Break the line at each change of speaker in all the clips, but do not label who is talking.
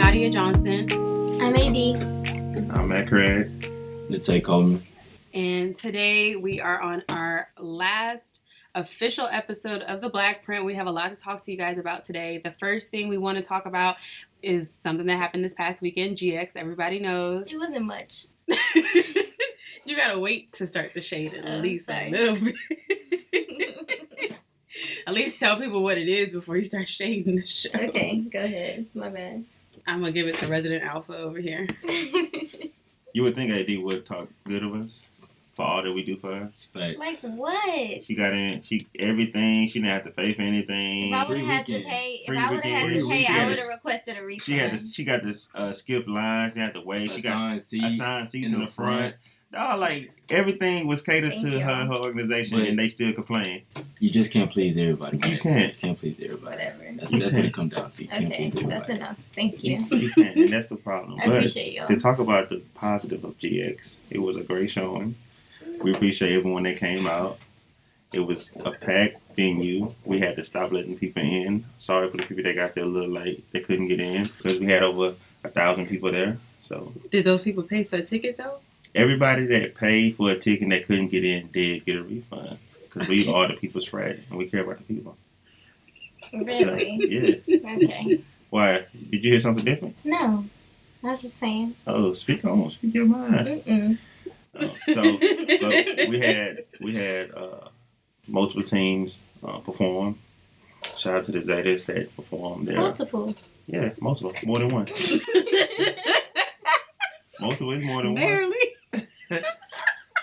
Johnson.
I'm AD.
I'm at Craig.
It's a Coleman.
And today we are on our last official episode of the Black Print. We have a lot to talk to you guys about today. The first thing we want to talk about is something that happened this past weekend. GX, everybody knows.
It wasn't much.
you gotta wait to start the shade at
I'm
least a
sorry.
little bit. at least tell people what it is before you start shading the show.
okay, go ahead. My bad.
I'm gonna give it to Resident Alpha over here.
You would think AD would talk good of us for all that we do for her.
Facts.
like what?
She got in. She everything. She didn't have to pay for anything.
If I would
Free
have had to
weekend.
pay, if
Free
I would have had to
weekend.
pay,
Free
I
weekend.
would have requested a refund.
She had to. She got to uh, skip lines. She had to wait. She got
Assigned seat
assigned seats in the front.
front.
Dog, like everything was catered
Thank
to
you.
her, her organization,
But-
and they still complain.
You just can't please everybody. man.
You can't.
Can't please everybody.
Whatever.
That's that's what it comes down to. You can't
Okay,
please everybody.
that's enough. Thank you.
You can't, and that's the problem.
I
But
appreciate y'all.
to talk about the positive of GX, it was a great showing. We appreciate everyone that came out. It was a packed venue. We had to stop letting people in. Sorry for the people that got there a little late. They couldn't get in because we had over a thousand people there. So
Did those people pay for a ticket though?
everybody that paid for a ticket and that couldn't get in did get a refund because we are the people's friend and we care about the people. So,
Really?
yeah.
okay.
Why? Did you hear something different?
No, I was just saying.
Oh, speak on, speak your mind.
Mm-mm.
Oh, so. so we had we had uh, multiple teams uh, perform. Shout out to the Zetas that performed there.
Multiple.
Yeah, multiple, more than one. Multiple is more than one.
Barely.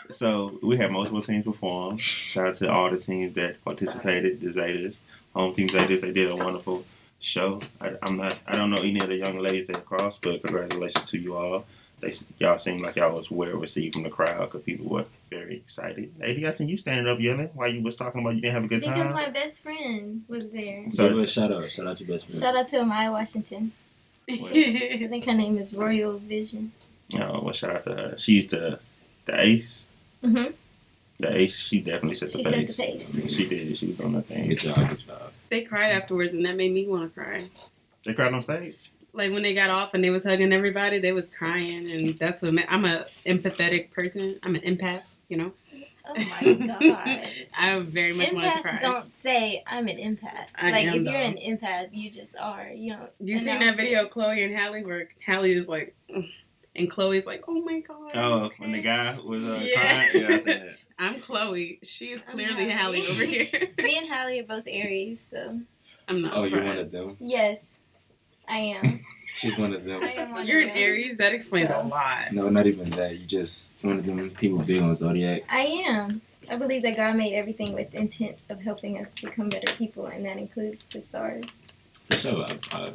So we had multiple teams perform. Shout out to all the teams that participated. The Zetas, home team Zetas, they did a wonderful show. I, I'm not, I don't know any of the young ladies that crossed, but congratulations to you all. They, s- y'all seemed like y'all was well received from the crowd because people were very excited. AD, I seen you standing up yelling while you was talking about you didn't have a good time.
Because my best friend was there.
So-
Give her a shout out. Shout out to your best friend.
Shout out to Amaya Washington. I think her name is Royal Vision.
Oh, well, shout out to her. She's the the ace.
Mm-hmm.
The ace. She definitely set the
She set the
pace.
pace.
She did. She was doing her thing.
Good job. Good job.
they cried afterwards, and that made me want to cry.
They cried on stage.
Like when they got off and they was hugging everybody, they was crying, and that's what ma- I'm a empathetic person. I'm an empath, you know.
Oh my god.
I very much wanted to cry.
Empaths don't say I'm an empath.
I
like
am,
if you're
though.
an empath, you just are. You know.
You seen
announce
that
it.
video of Chloe and Hallie where Hallie is like, "Ugh," and Chloe's like, "Oh my god."
Oh, when the guy was uh,
Yeah.
crying. Yeah, I seen that.
I'm Chloe. She is
I'm
clearly
Hallie.
Hallie over here.
Me and Hallie are both Aries, so
I'm not
Oh, you're one of
surprised.
them.
yes, I am.
She's one of them.
I am one
You're
of
an
them.
Aries. That explains a
So-
lot.
No, not even that. You just one of them people big on zodiacs.
I am. I believe that God made everything with the intent of helping us become better people, and that includes the stars.
For sure. I,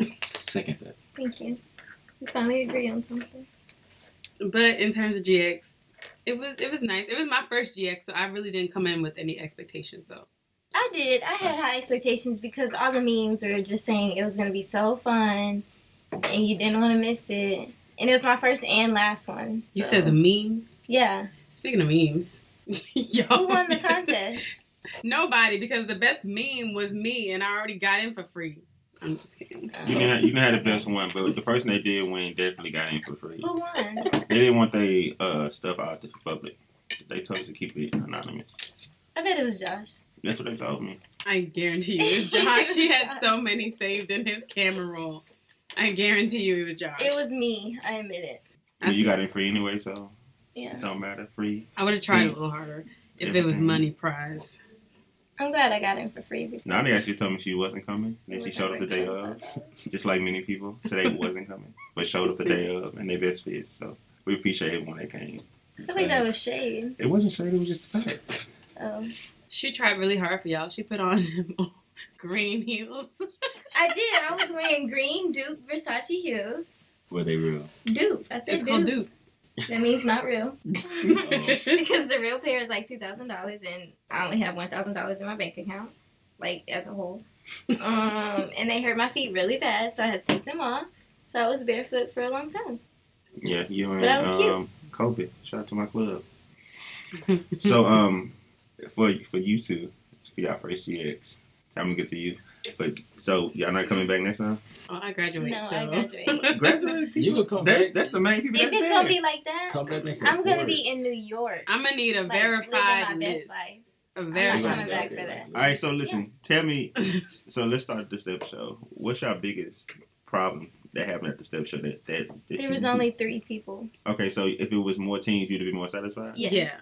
I second that.
Thank you. We finally agree on something.
But in terms of GX, it was it was nice. It was my first GX, so I really didn't come in with any expectations though.
I did. I had high expectations because all the memes were just saying it was going to be so fun, and you didn't want to miss it. And it was my first and last one.
You
so-
said the memes.
yeah.
Speaking of memes, yo,
Who won the contest?
Nobody, because the best meme was me, and I already got in for free. I'm just kidding.
Oh.
You know, you know how the best one, but the person that did win definitely got in for free.
Who won?
They didn't want their uh, stuff out to the public. They told us to keep it anonymous.
I bet it was Josh.
That's what they told me.
I guarantee you, it was Josh. He had so many saved in his camera roll. I guarantee you, it was Josh.
It was me. I admit it.
Yeah, you got in free anyway, so it
Yeah.
don't matter. Free.
I would have tried a little
Since-
harder if it was money prize.
I'm glad I got in for free. Because
Now they actually told me she wasn't coming. Then she showed up the day of. just like many people, said they wasn't coming, but showed up the day of and they best fit. So we appreciate everyone that came.
I think that was
Thanks.
shade.
It wasn't shade; it was just a fact.
Oh.
She tried really hard for y'all. She put on green heels.
I did. I was wearing green Duke Versace heels.
Were they real?
Dupe. I said
It's
dupe.
called Duke.
That means not real.
Oh.
because the real pair is like two thousand dollars, and I only have one thousand dollars in my bank account, like as a whole. um, and they hurt my feet really bad, so I had to take them off. So I was barefoot for a long time.
Yeah, you and
that was cute.
um, Kobe. Shout out to my club. so um, for for you two, it's for y'all first GX. Time to get to you. But so y'all not coming back next time?
Well, Oh, I graduate.
No,
so.
I graduate.
Graduate.
You would come
That,
back.
that's the main people.
if
that's
it's
there.
gonna be like that,
Come back and
I'm gonna
support.
be in New York.
I'm gonna need a
like, living
verified
my
list.
best life.
A
You
I'm
gonna
coming
stay
verified.
back for
there, like,
that.
look.
All right, so listen, tell me. So let's start the step show. What's your biggest problem that happened at the step show? That that, that
There
you-
was only three people.
okay. So if it was more teams, you'd be more satisfied.
Yeah.
Yeah,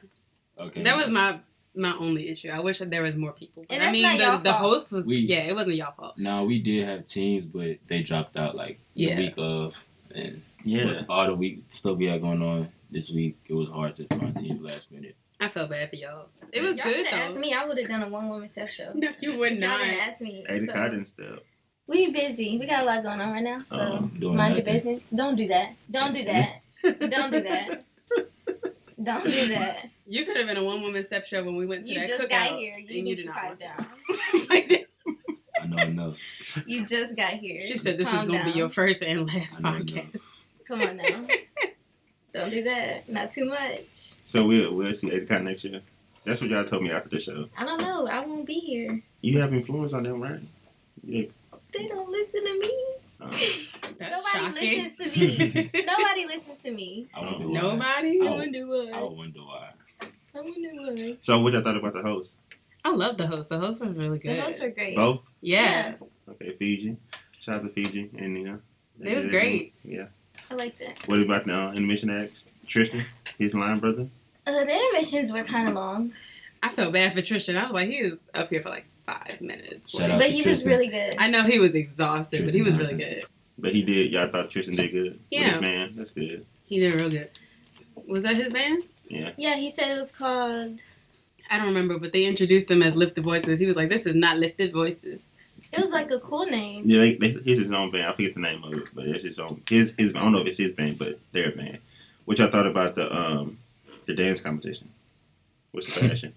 Okay.
that was my my only issue. I wish that there was more people. But
And
I
that's
mean,
not
the,
y'all
the
fault.
host was
We-
yeah, it wasn't y'all fault.
No, we did have teams, but they dropped out like
Yeah.
the week of, and
Yeah.
with all the week stuff we had going on this week, it was hard to find teams last minute.
I felt bad for y'all. It was
Y'all
good
should have asked
though.
me. I would have done a one woman self show.
No, you would
Y'all
not.
didn't ask me.
Eighty
so-
cotton step.
We busy. We got a lot going on right now. So
Uh-huh.
Doing
mind your
Oh. nothing.
business. Don't do that. Don't do that. Don't do that. Don't do that.
You could have been a one woman step show when we went to
You
that
just
cookout.
got here. You
and
need
did
to
not
pipe
want to.
down.
Like that.
I know enough.
You just got here.
she said this
Calm
is gonna
down.
be your first and last
I know
podcast.
enough.
Come on now. Don't do that. Not too much.
So we'll we'll see eighty cotton next year. That's what y'all told me after the show.
I don't know. I won't be here.
You have influence on them, right? Yeah.
They don't listen to me.
Um,
That's
Nobody
shocking.
listens to me. Nobody listens to me.
I wonder why.
Nobody.
Oh.
wonder
I
why.
wonder why.
I wonder why.
so what y'all thought about the host?
I love the host. The host was really good.
The hosts were great.
Both.
yeah,
Okay, Fiji. Shout out to Fiji and Nina. They
It was
did
great.
Yeah.
I liked it.
What about the uh, animation acts? Tristan, his line brother.
Uh, the intermissions were kind of long,
I felt bad for Tristan. I was like, he was up here for like five minutes.
Shout
Like,
out
but
to
he was
Tristan.
really good.
I know he was exhausted, but he
Tristan
was really
Thompson.
good.
But he did. Y'all thought Tristan did good. With
Yeah.
his man. That's good.
He did real good. Was that his band?
Yeah.
Yeah, he said it was called.
I don't remember, but they introduced him as Lifted Voices. He was like, "This is not Lifted Voices."
It was like a cool name.
Yeah. They, they, he's his own band. I forget the name of it, but it's his own. His his. I don't know if it's his band, but their band. What y'all thought about the um the dance competition? What's the fashion?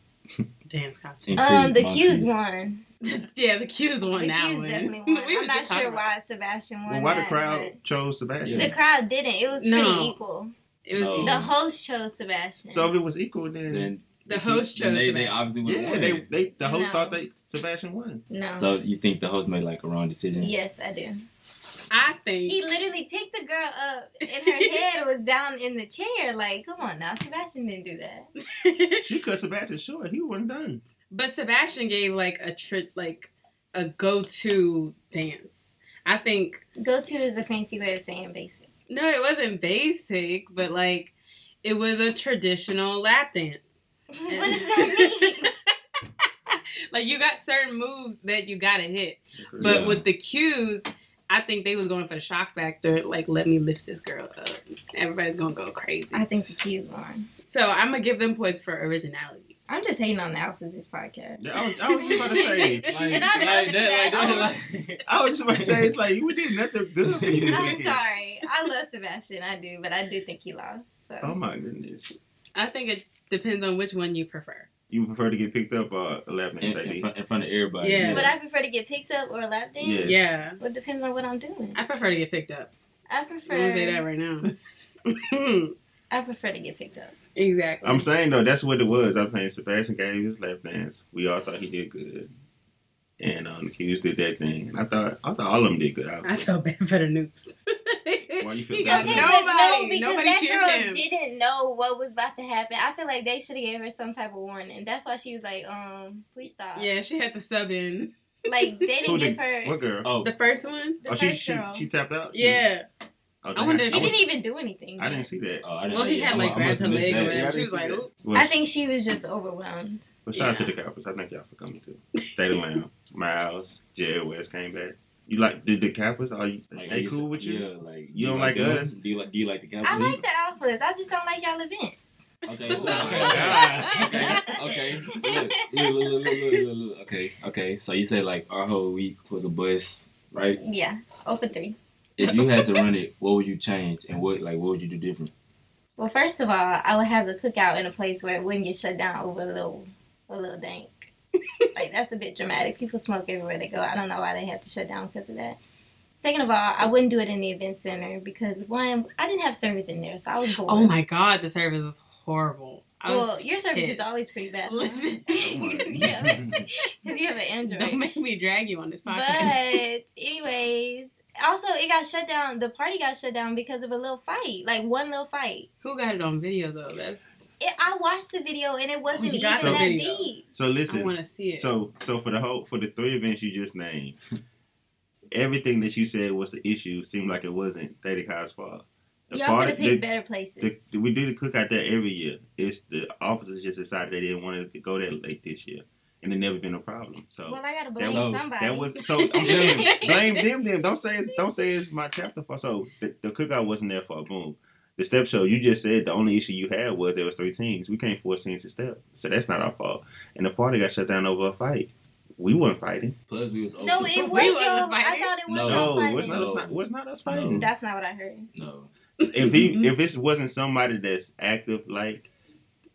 Dance costume.
Including
Um, the
my
Q's
kids.
won.
yeah, the Q's won
the
that
Q's
one.
definitely won.
we were
I'm not
just talking
sure
about
why Sebastian won.
well, why the
that,
crowd chose
but
Sebastian?
Yeah.
The crowd didn't. It was
No.
pretty equal.
It was
No.
easy.
The host chose Sebastian.
So if it was equal, then,
Then
The host
then
chose
They,
the
they
man.
obviously would
yeah,
have
they, they the host
No.
thought they Sebastian won.
no.
So you think the host made like a wrong decision?
yes, I do.
I think
He literally picked the girl up, and her head was down in the chair. Like, come on now, Sebastian didn't do that.
She cut Sebastian short. He wasn't done.
But Sebastian gave like a tri- like a go to dance. I think
Go to is a fancy way of saying basic.
no, it wasn't basic, but like it was a traditional lap dance.
what does that mean?
like you got certain moves that you gotta hit, but
Yeah.
with the cues, I think they was going for the shock factor. Like, let me lift this girl up. Everybody's gonna go crazy.
I think the Q's won.
So I'm gonna give them points for originality.
I'm just hating on the outfits this podcast.
I was, I was just about to say.
Like,
And I
like
love
that, like that,
I was just about to say, it's like we did nothing good for you. this
I'm
weekend.
sorry. I love Sebastian. I do, but I do think he lost. So.
Oh my goodness.
I think it depends on which one you prefer.
You prefer to get picked up or eleven
in, in, front, in front of everybody.
Yeah.
Would I prefer to get picked up or lap dance?
Yes.
Yeah,
Well, it depends on what I'm doing.
I prefer to get picked up.
I
I'm gonna say that
prefer.
right now.
I prefer to get picked up.
exactly.
I'm saying though, that's what it was. I'm saying Sebastian gave his lap dance. We all thought he did good, and um, the Hughes did that thing. And I thought, I thought all of them did good.
I
I,
felt bad for the noobs.
Why you feel
He
bad
got
for
but
them?
nobody.
no, because
nobody
that
cheered
girl
him.
didn't know what was about to happen. I feel like they should have gave her some type of warning. That's why she was like, "Um, please stop."
Yeah, she had to sub in
Like they didn't
Who
give
did-
her.
what girl?
Oh,
the first one.
The
oh,
first
she, she
girl.
she tapped out. She-
Yeah.
Oh,
I wonder
dang,
if
she
was-
didn't even do anything.
I didn't see that.
oh, I didn't
Well, he
know.
had
I'm-
like
I'm
grabbed her
must miss
leg or
Yeah, I
that.
whatever. She
didn't
was
see
like,
that.
"Oop."
Well,
I think she was just overwhelmed.
Well, shout out
Yeah.
to the Cowboys. I thank y'all for coming too. Theta Lamb, Miles, Jerry West came back. You like did the Cowboys? Are you
Like,
they
you
cool
s-
with you?
Yeah, like
You don't like
them?
us?
Do you like do you like the Cowboys?
I like the outfits. I just don't like y'all event.
Okay.
Oh,
Look,
God.
okay. Okay. Look, look, look, look, look, look, look, look. Okay. Okay. So you said like our whole week was a bust, right?
Yeah, open three.
If you had to run it, what would you change and what like what would you do different?
Well, first of all, I would have the cookout in a place where it wouldn't get shut down over a little, a little dank. like that's a bit dramatic. People smoke everywhere they go. I don't know why they had to shut down because of that. Second of all, I wouldn't do it in the event center because one, I didn't have service in there, so I was bored.
"Oh my god, the service was horrible. Oh I
well,
was
your service
pissed.
is always pretty bad.
Listen.
Oh my
yeah,
God.
because you have an Android.
Don't make me drag you on this podcast.
But anyways, also it got shut down. The party got shut down because of a little fight, like one little fight.
Who got it on video though? That's
It, I watched the video and it wasn't
Oh, you
even
got
the
that
video.
deep.
So
I
listen.
want to see it.
So so for the whole for the three events you just named, everything that you said was the issue seemed like it wasn't Thady Cobb's fault. The
Y'all could
party-
have picked
the-
better
the,
places.
we do the cookout there every year. It's the officers just decided they didn't want to go that late this year, and it never been a problem. So
well, I gotta blame
was-
somebody.
that was so. I'm saying blame them. Then don't say it's, don't say it's my chapter for. So the, the cookout wasn't there for a boom. The step show you just said the only issue you had was there was three teams. We can't force teams to step, so that's not our fault. And the party got shut down over a fight. We weren't fighting.
Plus, we was over.
no,
the
it
fuck-
was
We
your.
wasn't
I
fighting.
thought it was
No.
your
No,
fighting.
it's not, it's
No.
not. It's not us fighting.
That's not what I heard.
No.
if he if it wasn't somebody that's active like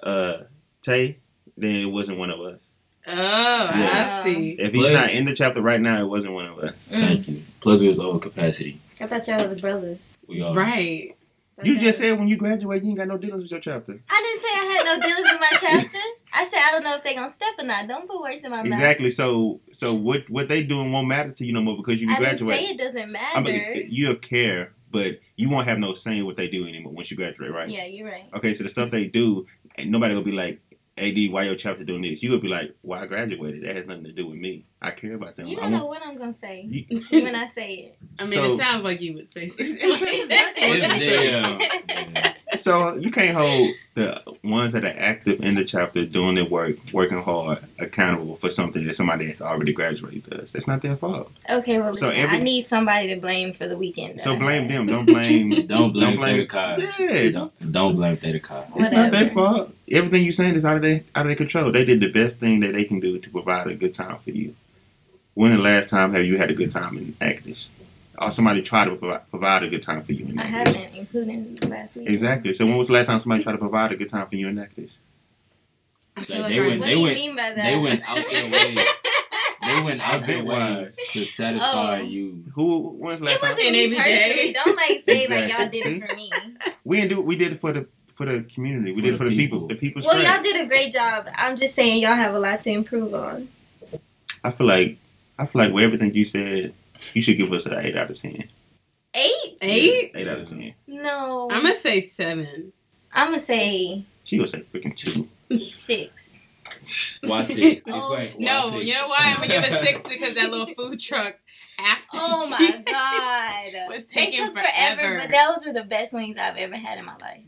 uh Tay, then it wasn't one of us.
oh,
Yes.
I see.
If he's
Plus-
not in the chapter right now, it wasn't one of us.
Thank you. Plus, we was over capacity.
I thought y'all were the brothers.
We all
Right.
You just said when you graduate, you ain't got no dealings with your chapter.
I didn't say I had no dealings with my chapter. I said I don't know if they gonna step or not. Don't put words in my mouth.
Exactly. So so what what they doing won't matter to you no more because you
I didn't say
graduate.
it doesn't matter.
I mean, you'll care, but you won't have no say in what they do anymore once you graduate, right?
yeah, you're right.
Okay, so the stuff they do, and nobody will be like, "Ad, why your chapter doing this?" You would be like, "Why I graduated? That has nothing to do with me. I care about them.
You
I
don't
want-
know what I'm gonna say
You-
when I say it.
I mean,
So-
it sounds like you would say something.
Exactly what you said.
Damn. Damn.
So you can't hold the ones that are active in the chapter doing their work, working hard, accountable for something that somebody that's already graduated does. That's not their fault.
Okay, well,
So
listen,
every-
I need somebody to blame for the weekend. that
So
I
blame
had.
them. Don't blame.
Don't blame
Don't blame-
Theta Kai.
yeah, don't-
Don't, don't blame Theta Kai.
it's not their
Whatever.
fault. Everything you're saying is out of their out of their control. They did the best thing that they can do to provide a good time for you. When the last time have you had a good time in Actish? Or somebody tried to provi- provide a good time for you in
I
Actish?
haven't, including last week.
Exactly. So when was the last time somebody tried to provide a good time for you in Actish?
I feel
Like,
like
they
our-
went-
What
they
do you
went-
mean by that?
They went out their way. They went out their way
Event-wise.
to satisfy
Oh.
you.
Who? When was the last
It
time?
wasn't me
NABJ.
personally. Don't like say like y'all
Exactly.
did it for me.
We didn't do it. We did it for the for the community. We
For
did
the
it for the people.
people.
The people's
Well, y'all
friend.
did a great job. I'm just saying y'all have a lot to improve on.
I feel like I feel like with everything you said, you should give us an eight out of ten.
Eight?
Eight?
Eight out of ten.
No,
I'm gonna say seven.
I'm gonna say
She was like freaking two.
six.
Why six?
Oh,
Explain why
No,
six.
you know why? I'm gonna give it six because that little food truck after.
Oh
she-
my god,
Was
they
taking
took forever,
forever.
but those were the best wings I've ever had in my life.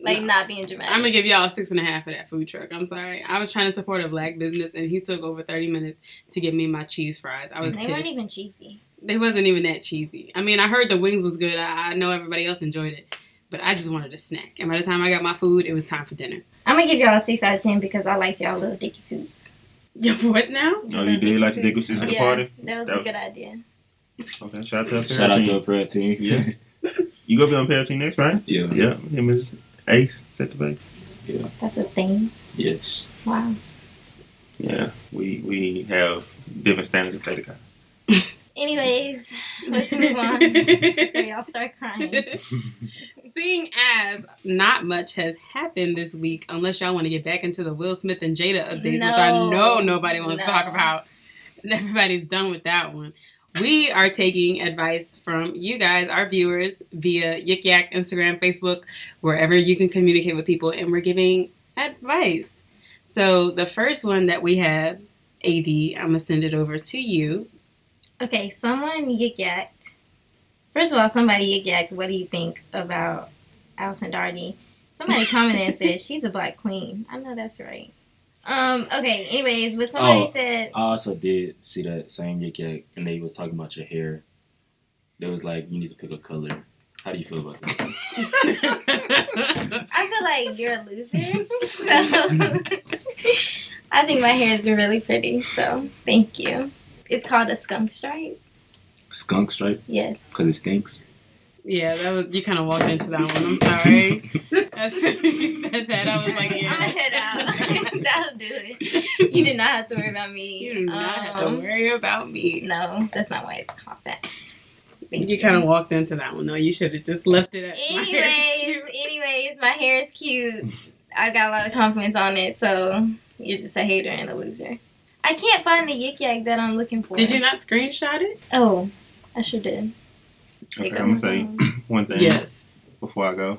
Like
No.
not being dramatic.
I'm gonna give y'all six and a half for that food truck. I'm sorry. I was trying to support a black business, and he took over 30 minutes to get me my cheese fries. I was
they
pissed.
weren't even cheesy.
they wasn't even that cheesy. I mean, I heard the wings was good. I, I know everybody else enjoyed it, but I just wanted a snack. And by the time I got my food, it was time for dinner.
I'm gonna give y'all a six out of ten because I liked y'all little dicky soups.
what now?
Oh, you did like
Dicky
the Dickle Soups at the
Yeah,
party?
that was
That
a
was-
good idea.
Okay, shout out to her
Shout out to
team.
a prayer team.
Yeah. you gonna be on pair team next, right?
yeah.
Yeah, him is Ace set the back.
That's a thing.
Yes.
Wow.
Yeah, we we have different standards of play
Anyways, let's move on. Before y'all start crying.
Seeing as not much has happened this week, unless y'all want to get back into the Will Smith and Jada updates, which I
No.
know nobody wants to
No.
talk about. And Everybody's done with that one. We are taking advice from you guys, our viewers, via Yik Yak, Instagram, Facebook, wherever you can communicate with people, and we're giving advice. So the first one that we have, AD, I'm gonna send it over to you.
Okay, someone yik yacked. First of all, somebody yik yacked. What do you think about Allison Darty? Somebody commented and said she's a black queen. I know that's right. Um. Okay. Anyways, but somebody
Oh.
said
I also did see that same Yik Yak, and they was talking about your hair. They was like, you need to pick a color. How do you feel about that?
I feel like you're a loser. So I think my hair is really pretty. So thank you. It's called a skunk stripe.
Skunk stripe,
Yes.
because it stinks.
yeah, that was you kind of walked into that one. I'm sorry. As soon as you said that, I was like,
I'm gonna
yeah.
head out. That'll do it. You do not have to worry about me.
You do not have to
Um,
worry about me.
No, that's not why it's called that. Thank
You kind of walked into that one, though. You should have just left it at my hair's
Anyways,
cute.
anyways, my hair is cute. I got a lot of compliments on it, so you're just a hater and a loser. I can't find the yik yak that I'm looking for.
Did you not screenshot it?
Oh, I sure did.
Okay,
Pick
I'm
up
gonna
my
say
phone.
one thing
Yes.
before I go.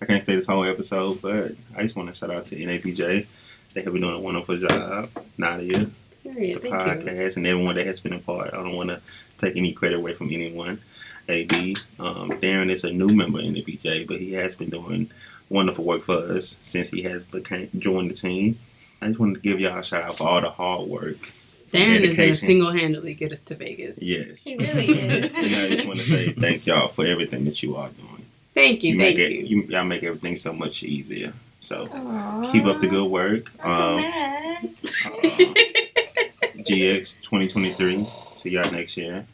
I can't stay this whole episode, but I just want to shout out to NAPJ. They have been doing a wonderful job. Nadia, the
Period. Thank you.
podcast, and everyone that has been a part. I don't want to take any credit away from anyone. AD, um, Darren is a new member in the BJ, but he has been doing wonderful work for us since he has became, joined the team. I just wanted to give y'all a shout out for all the hard work.
Darren is going to
Dedication.
single handedly get us to Vegas.
Yes,
He really is.
and I just want to say thank y'all for everything that you are doing.
Thank you.
make
Thank
it,
you.
y'all make everything so much easier. So
Aw,
keep up the good work.
I'm so
Um,
mad.
uh, GX 2023. See y'all next year.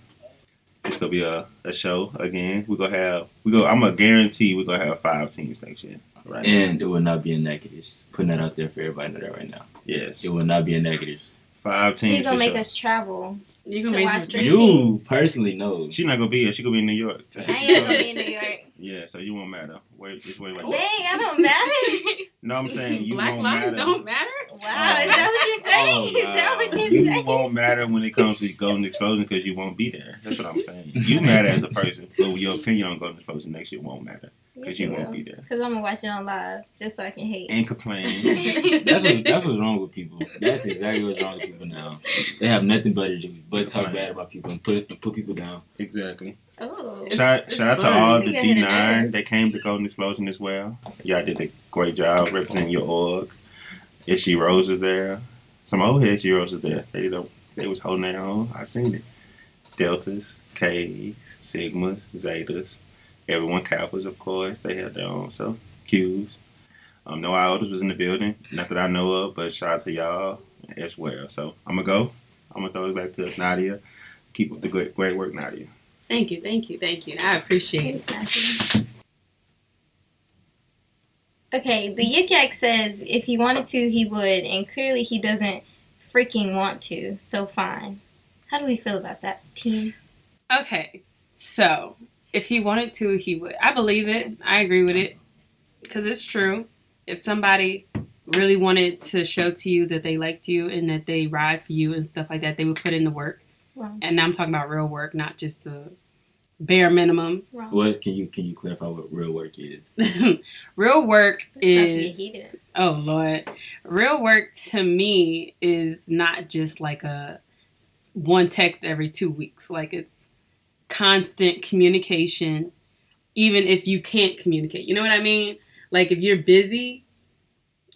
It's gonna be a, a show again. We're gonna have we go. I'm gonna guarantee we're gonna have five teams next year. Right?
And it would not be a negative. Just putting that out there for everybody to know that right now.
yes,
It would not be a negative.
five
So you
teams.
gonna
for
make
sure.
us travel.
You
to
can make
watch
it.
Three
you
teams.
personally know.
She's not gonna be here. She gonna be in New York.
I am gonna be in New York.
Yeah, so you won't matter. Wait, just wait, wait.
Dang, I don't matter.
No, I'm saying you
Black
won't
lives
matter.
don't matter?
Wow, is that what you're saying?
Oh,
is that what
wow.
you're
you
saying?
won't matter when it comes to Golden Explosion because you won't be there. That's what I'm saying. You matter as a person, but your opinion on Golden Explosion next year won't matter because you won't be there
Because I'm gonna watch it on live just so I can hate.
and complain.
That's, what, that's what's wrong with people. That's exactly what's wrong with people now. They have nothing better to do but talk bad about people and put and put people down.
Exactly.
oh,
Shout,
It's
shout out to
fun.
all
We
the
got it
D9 that came to Golden Explosion as well. Y'all did a great job representing your org. She Rose was there. Some old head She Rose was there. They did a, they was holding their own. I seen it. Deltas, Ks, Sigmas, Zetas. Everyone Kappas, of course. They had their own. So, Qs. Um, no Iotas was in the building. Not that I know of, but shout out to y'all as well. So, I'm going to go. I'm going to throw it back to Nadia. Keep up the great, great work, Nadia.
Thank you. Thank you. Thank you. I appreciate it.
Thanks, Matthew. Okay, the Yik Yak says if he wanted to, he would, and clearly he doesn't freaking want to, so fine. How do we feel about that, team?
Okay. So, if he wanted to, he would. I believe it. I agree with it. Because it's true. If somebody really wanted to show to you that they liked you and that they ride for you and stuff like that, they would put in the work.
Wrong.
And now I'm talking about real work, not just the bare minimum.
Wrong.
What can you can you clarify what real work is?
real work
It's about to get
is
heated.
oh lord, real work to me is not just like a one text every two weeks. Like it's constant communication, even if you can't communicate. You know what I mean? Like if you're busy,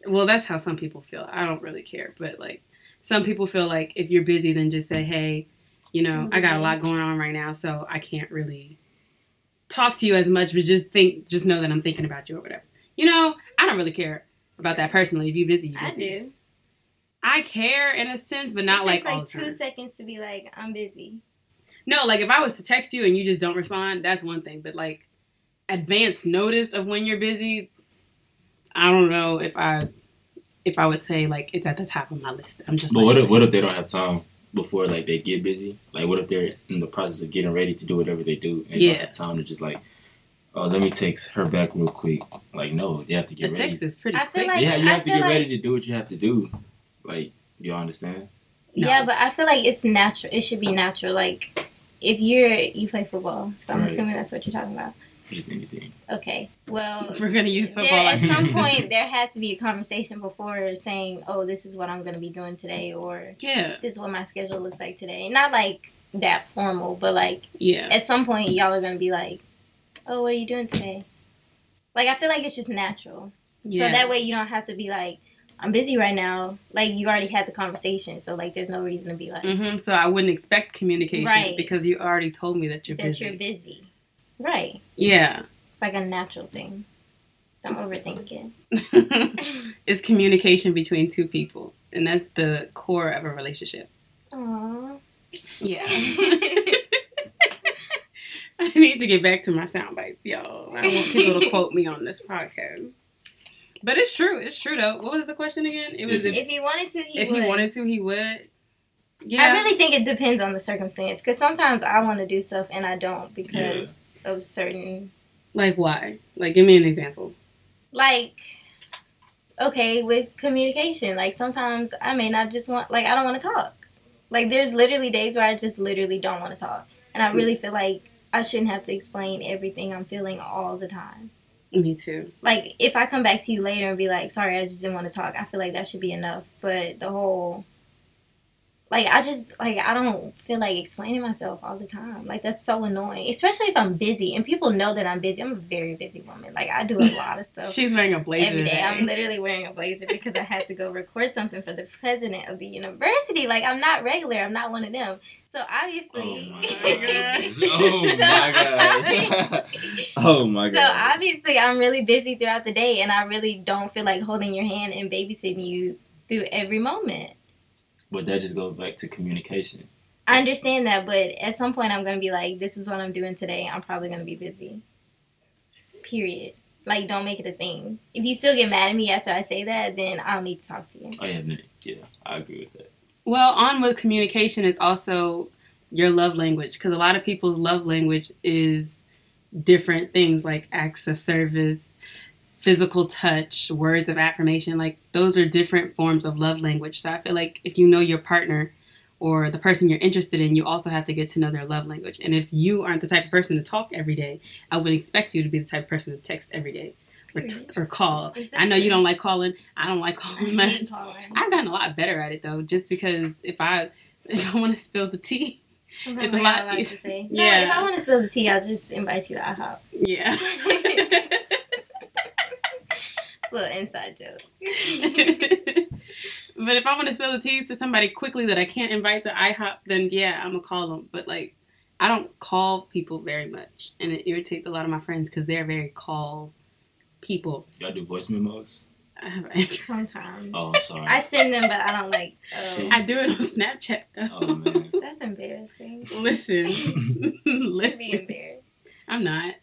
well, that's how some people feel. I don't really care, but like some people feel like if you're busy, then just say, hey, you know, I got a lot going on right now, so I can't really talk to you as much, but just think, just know that I'm thinking about you or whatever. You know, I don't really care about that personally. If you're busy, you're
I
busy.
do.
I care in a sense, but not
it
like
takes
all
like,
the
two
time.
seconds to be like, I'm busy.
No, like if I was to text you and you just don't respond, that's one thing. But like advance notice of when you're busy, I don't know if I if I would say like it's at the top of my list. I'm just
But
like
what if what if they don't have time before like they get busy? Like what if they're in the process of getting ready to do whatever they do and
Yeah.
don't have time to just like, oh let me text her back real quick. Like no, they have to
the
get ready.
text is pretty
I
quick.
feel like
yeah, you
I
have to
feel
get
like-
ready to do what you have to do. Like you all understand?
No.
Yeah, but I feel like it's natural. It should be natural. Like, if you're, you play football, so I'm
Right.
assuming that's what you're talking about.
Just anything.
Okay. Well,
We're gonna use football.
There, at
as-
some point, there had to be a conversation before saying, "Oh, this is what I'm going to be doing today," or
yeah,
"This is what my schedule looks like today." Not like that formal, but like
yeah.
at some point, y'all are going to be like, "Oh, what are you doing today?" Like I feel like it's just natural,
yeah.
so that way you don't have to be like, "I'm busy right now." Like you already had the conversation, so like there's no reason to be like
hmm So I wouldn't expect communication
Right.
because you already told me that you're
that
busy.
you're busy, right?
yeah,
It's like a natural thing. Don't overthink it.
it's communication between two people, and that's the core of a relationship.
Aww.
Yeah. I need to get back to my sound bites, y'all. I don't want people to quote me on this podcast. But it's true. It's true, though. What was the question again? It was if, if,
if he wanted to, he
he
would.
wanted to, he would. Yeah.
I really think it depends on the circumstance because sometimes I want to do stuff and I don't because of certain
like, why? Like, give me an example.
like okay with communication. Like sometimes I may not just want like I don't want to talk. Like there's literally days where I just literally don't want to talk, and I really feel like I shouldn't have to explain everything I'm feeling all the time.
Me too.
Like if I come back to you later and be like, "Sorry, I just didn't want to talk," I feel like that should be enough. But the whole like I just like I don't feel like explaining myself all the time. Like that's so annoying, especially if I'm busy and people know that I'm busy. I'm a very busy woman. Like I do a lot of stuff.
She's wearing a blazer
Every day,
today.
I'm literally wearing a blazer because I had to go record something for the president of the university. Like, I'm not regular. I'm not one of them. So obviously,
Oh
my
Oh
So,
my gosh. oh my
so
god.
obviously, I'm really busy throughout the day, and I really don't feel like holding your hand and babysitting you through every moment.
but that just goes back to communication.
I understand that, but at some point, I'm gonna be like, "This is what I'm doing today. I'm probably gonna be busy." Period. Like, don't make it a thing. If you still get mad at me after I say that, then I don't need to talk to you.
I have no, Oh, yeah, I agree with that.
Well, on with communication is also your love language because a lot of people's love language is different things like acts of service, physical touch, words of affirmation. Like those are different forms of love language. So I feel like if you know your partner or the person you're interested in, you also have to get to know their love language. And if you aren't the type of person to talk every day, I would expect you to be the type of person to text every day or, t-
Period.
or call. I know you don't like calling. I don't like calling.
I hate calling.
I've gotten a lot better at it though, just because if I if I want to spill the tea,
Sometimes
It's a
I got
lot-
lot to say.
Yeah.
No, if I want to spill the tea, I'll just invite you to IHOP.
yeah.
It's a little inside joke.
but if I want to spill the tea to somebody quickly that I can't invite to IHOP, then yeah, I'm gonna call them. But like, I don't call people very much, and it irritates a lot of my friends because they're very call people.
Y'all do voice memos?
I, have,
Sometimes.
Oh, I'm sorry.
I send them, but I don't like. Oh,
I do it on Snapchat though.
oh man.
that's embarrassing.
Listen,
Should be
listen.
embarrassed.
I'm not.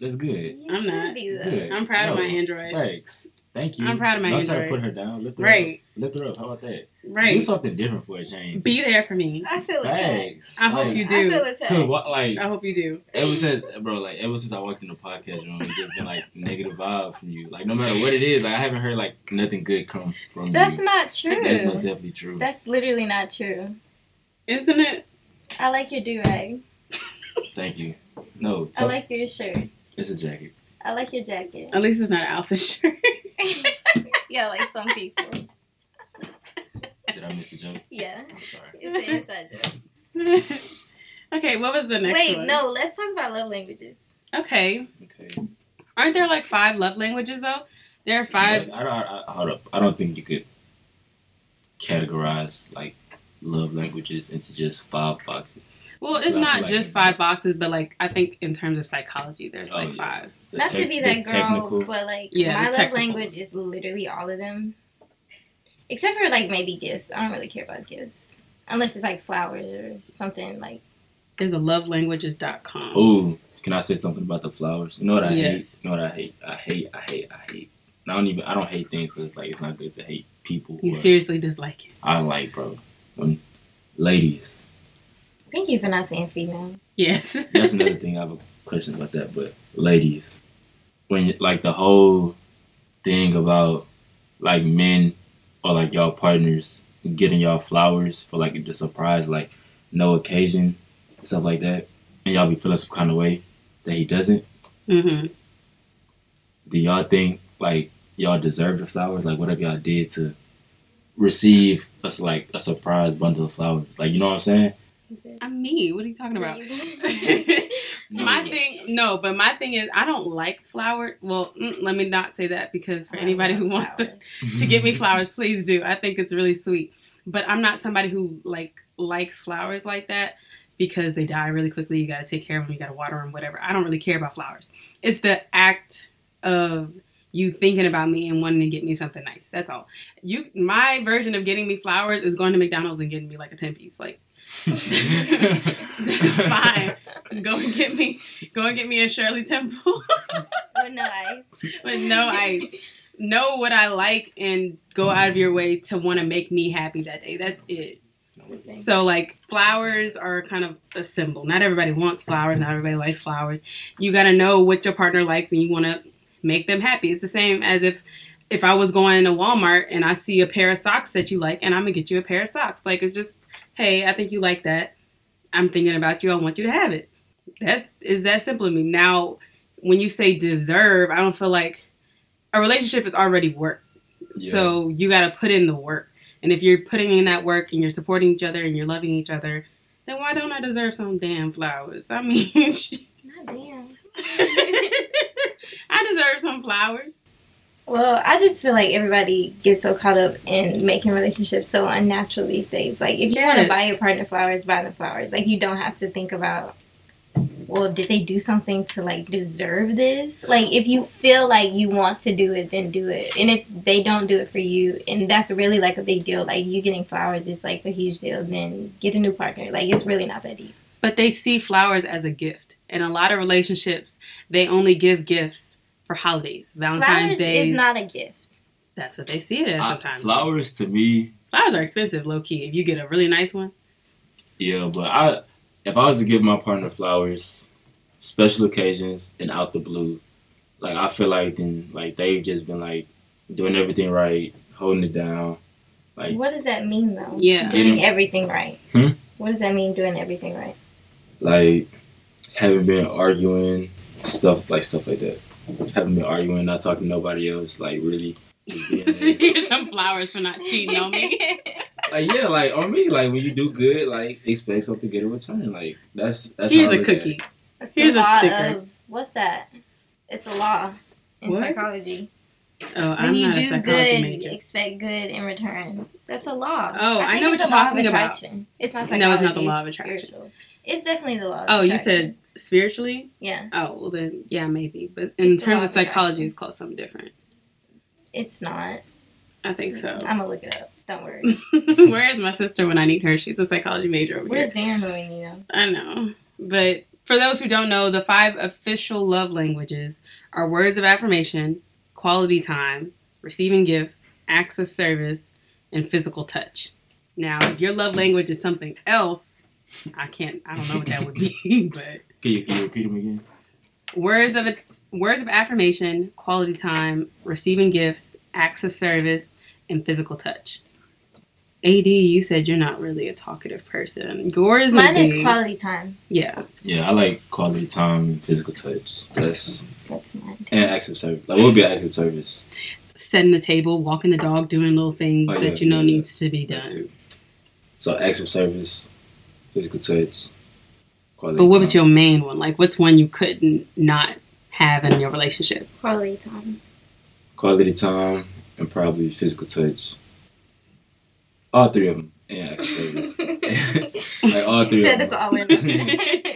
That's good.
You
I'm
should
not.
be though.
Good.
I'm proud of
No,
my Android.
Thanks. Thank you.
I'm proud of my
Don't try to
Android.
put her down. Lift her up.
Right,
Lift her up. How about that? Do
right.
something different for a change.
Be there for me.
I feel attacked.
Thanks.
I hope
Like,
you
I
do. Oh.
feel
Cause
attacked.
what, like
I hope you do.
ever since, bro, like ever since I walked in the podcast room, it's just been like negative vibe from you. Like no matter what it is, like, I haven't heard like nothing good come from
That's
you.
not true.
That's most definitely true.
That's literally not true.
Isn't it?
I like your do rag.
Thank you. No,
I
tell-
like your shirt.
it's a jacket.
I like your jacket.
At least it's not an alpha shirt.
yeah, like some people.
Did I miss the joke?
Yeah,
I'm sorry.
it's an inside joke.
okay, what was the next
Wait,
one?
no, let's talk about love languages.
Okay.
Okay.
Aren't there like five love languages though? There are five.
But I don't. I, I- hold up. I don't think you could categorize like love languages into just five boxes.
Well, it's
Love
not
language.
just five boxes, but like I think in terms of psychology, there's
Oh,
like
yeah.
five.
The
Not to
tec-
be
the
that girl, but like
Yeah, the
my love
technical
language is literally all of them. Except for like maybe gifts. I don't really care about gifts. Unless it's like flowers or something like
There's a lovelanguages.com.
Ooh, can I say something about the flowers? You know what I
Yes.
hate? You know what I hate? I hate. I hate. I hate. And I don't even. I don't hate things because like it's not good to hate people.
You
or-
seriously dislike it.
I like, bro. When ladies.
thank you for not saying females.
Yes.
That's another thing. I have a question about that. But ladies, when like the whole thing about like men or like y'all partners getting y'all flowers for like the surprise, like no occasion, stuff like that, and y'all be feeling some kind of way that he doesn't.
hmm
do y'all think like y'all deserve the flowers? Like whatever y'all did to receive us like a surprise bundle of flowers. Like you know what I'm saying?
I'm me. What are you talking about? my
No.
thing, no, but my thing is, I don't like flower. Well, mm, let me not say that because for anybody who wants to to get me flowers, please do. I think it's really sweet. But I'm not somebody who like likes flowers like that because they die really quickly. You got to take care of them. You got to water them, whatever. I don't really care about flowers. It's the act of you thinking about me and wanting to get me something nice. That's all. You, my version of getting me flowers is going to McDonald's and getting me like a ten piece. Like that's fine. Go and get me, go and get me a Shirley Temple
With no ice.
with no ice know what I like and go out of your way to want to make me happy that day. That's it. So like flowers are kind of a symbol. Not everybody wants flowers. Not everybody likes flowers. You got to know what your partner likes and you want to make them happy. It's the same as if if I was going to Walmart and I see a pair of socks that you like, and I'm gonna get you a pair of socks. Like it's just, hey, I think you like that. I'm thinking about you. I want you to have it. That's is that simple to me. Now, when you say deserve, I don't feel like a relationship is already work.
Yeah.
So you got to put in the work. And if you're putting in that work and you're supporting each other and you're loving each other, then why don't I deserve some damn flowers? I mean,
Not damn.
I deserve some flowers.
Well, I just feel like everybody gets so caught up in making relationships so unnatural these days. Like, if you want
Yes.
to buy your partner flowers, buy them flowers. Like, you don't have to think about, well, did they do something to like deserve this? Like, if you feel like you want to do it, then do it. And if they don't do it for you, and that's really like a big deal, like you getting flowers is like a huge deal, then get a new partner. Like, it's really not that deep.
But they see flowers as a gift. In a lot of relationships, they only give gifts for holidays, Valentine's
Flowers
Day.
is not a gift.
that's what they see it as
I-
sometimes.
flowers to me,
flowers are expensive, low key. If you get a really nice one,
yeah. But I, if I was to give my partner flowers, special occasions and out the blue, like I feel like then like they've just been like doing everything right, holding it down. Like
What does that mean though?
Yeah.
Doing everything right.
Hmm?
What does that mean doing everything right?
like haven't been arguing stuff like stuff like that haven't been arguing not talking to nobody else like really like
here's some flowers for not cheating on me.
yeah like on me like when you do good like expect something good in return like that's that's
Here's
how I
a
look at
cookie.
it.
It's
Here's a
law
sticker.
Of, what's that? It's a law in
What?
psychology.
Oh,
when
I'm
you
not a
do
psychology
good,
major.
expect good in return. That's a law.
Oh, I
think
know
it's
what
a
you're
law of
talking about.
attraction. It's not psychology.
No, it's not the law of
it's
attraction.
spiritual. It's definitely the law. Of
Oh, you
attraction.
said spiritually?
yeah.
Oh, well then, yeah, maybe. But in
It's the
terms of
law of
psychology,
attraction.
it's called something different.
It's not.
I think so.
I'm gonna look it up. Don't worry.
Where is my sister when I need her? She's a psychology major over
Where's
here.
Dan when you know?
I know. But for those who don't know, the five official love languages are words of affirmation, quality time, receiving gifts, acts of service, and physical touch. Now, if your love language is something else, I can't, I don't know what that would be, but
can you, can you repeat them again
words of words of affirmation, quality time, receiving gifts, acts of service, and physical touch. AD, you said you're not really a talkative person. Yours would
Mine is
be-
quality time.
Yeah,
yeah I like quality time and physical touch that's
That's mine.
and active service like what would be active service
setting the table, walking the dog, doing little things
Oh, yeah,
that you know
yeah,
needs to be
That
done.
too. so active service physical touch quality
But what was
time.
your main one? Like, what's one you couldn't not have in your relationship?
Quality time.
quality time, and probably physical touch. All three of them. Yeah, actually, like all
You
three.
said
of
this
them.
all or nothing.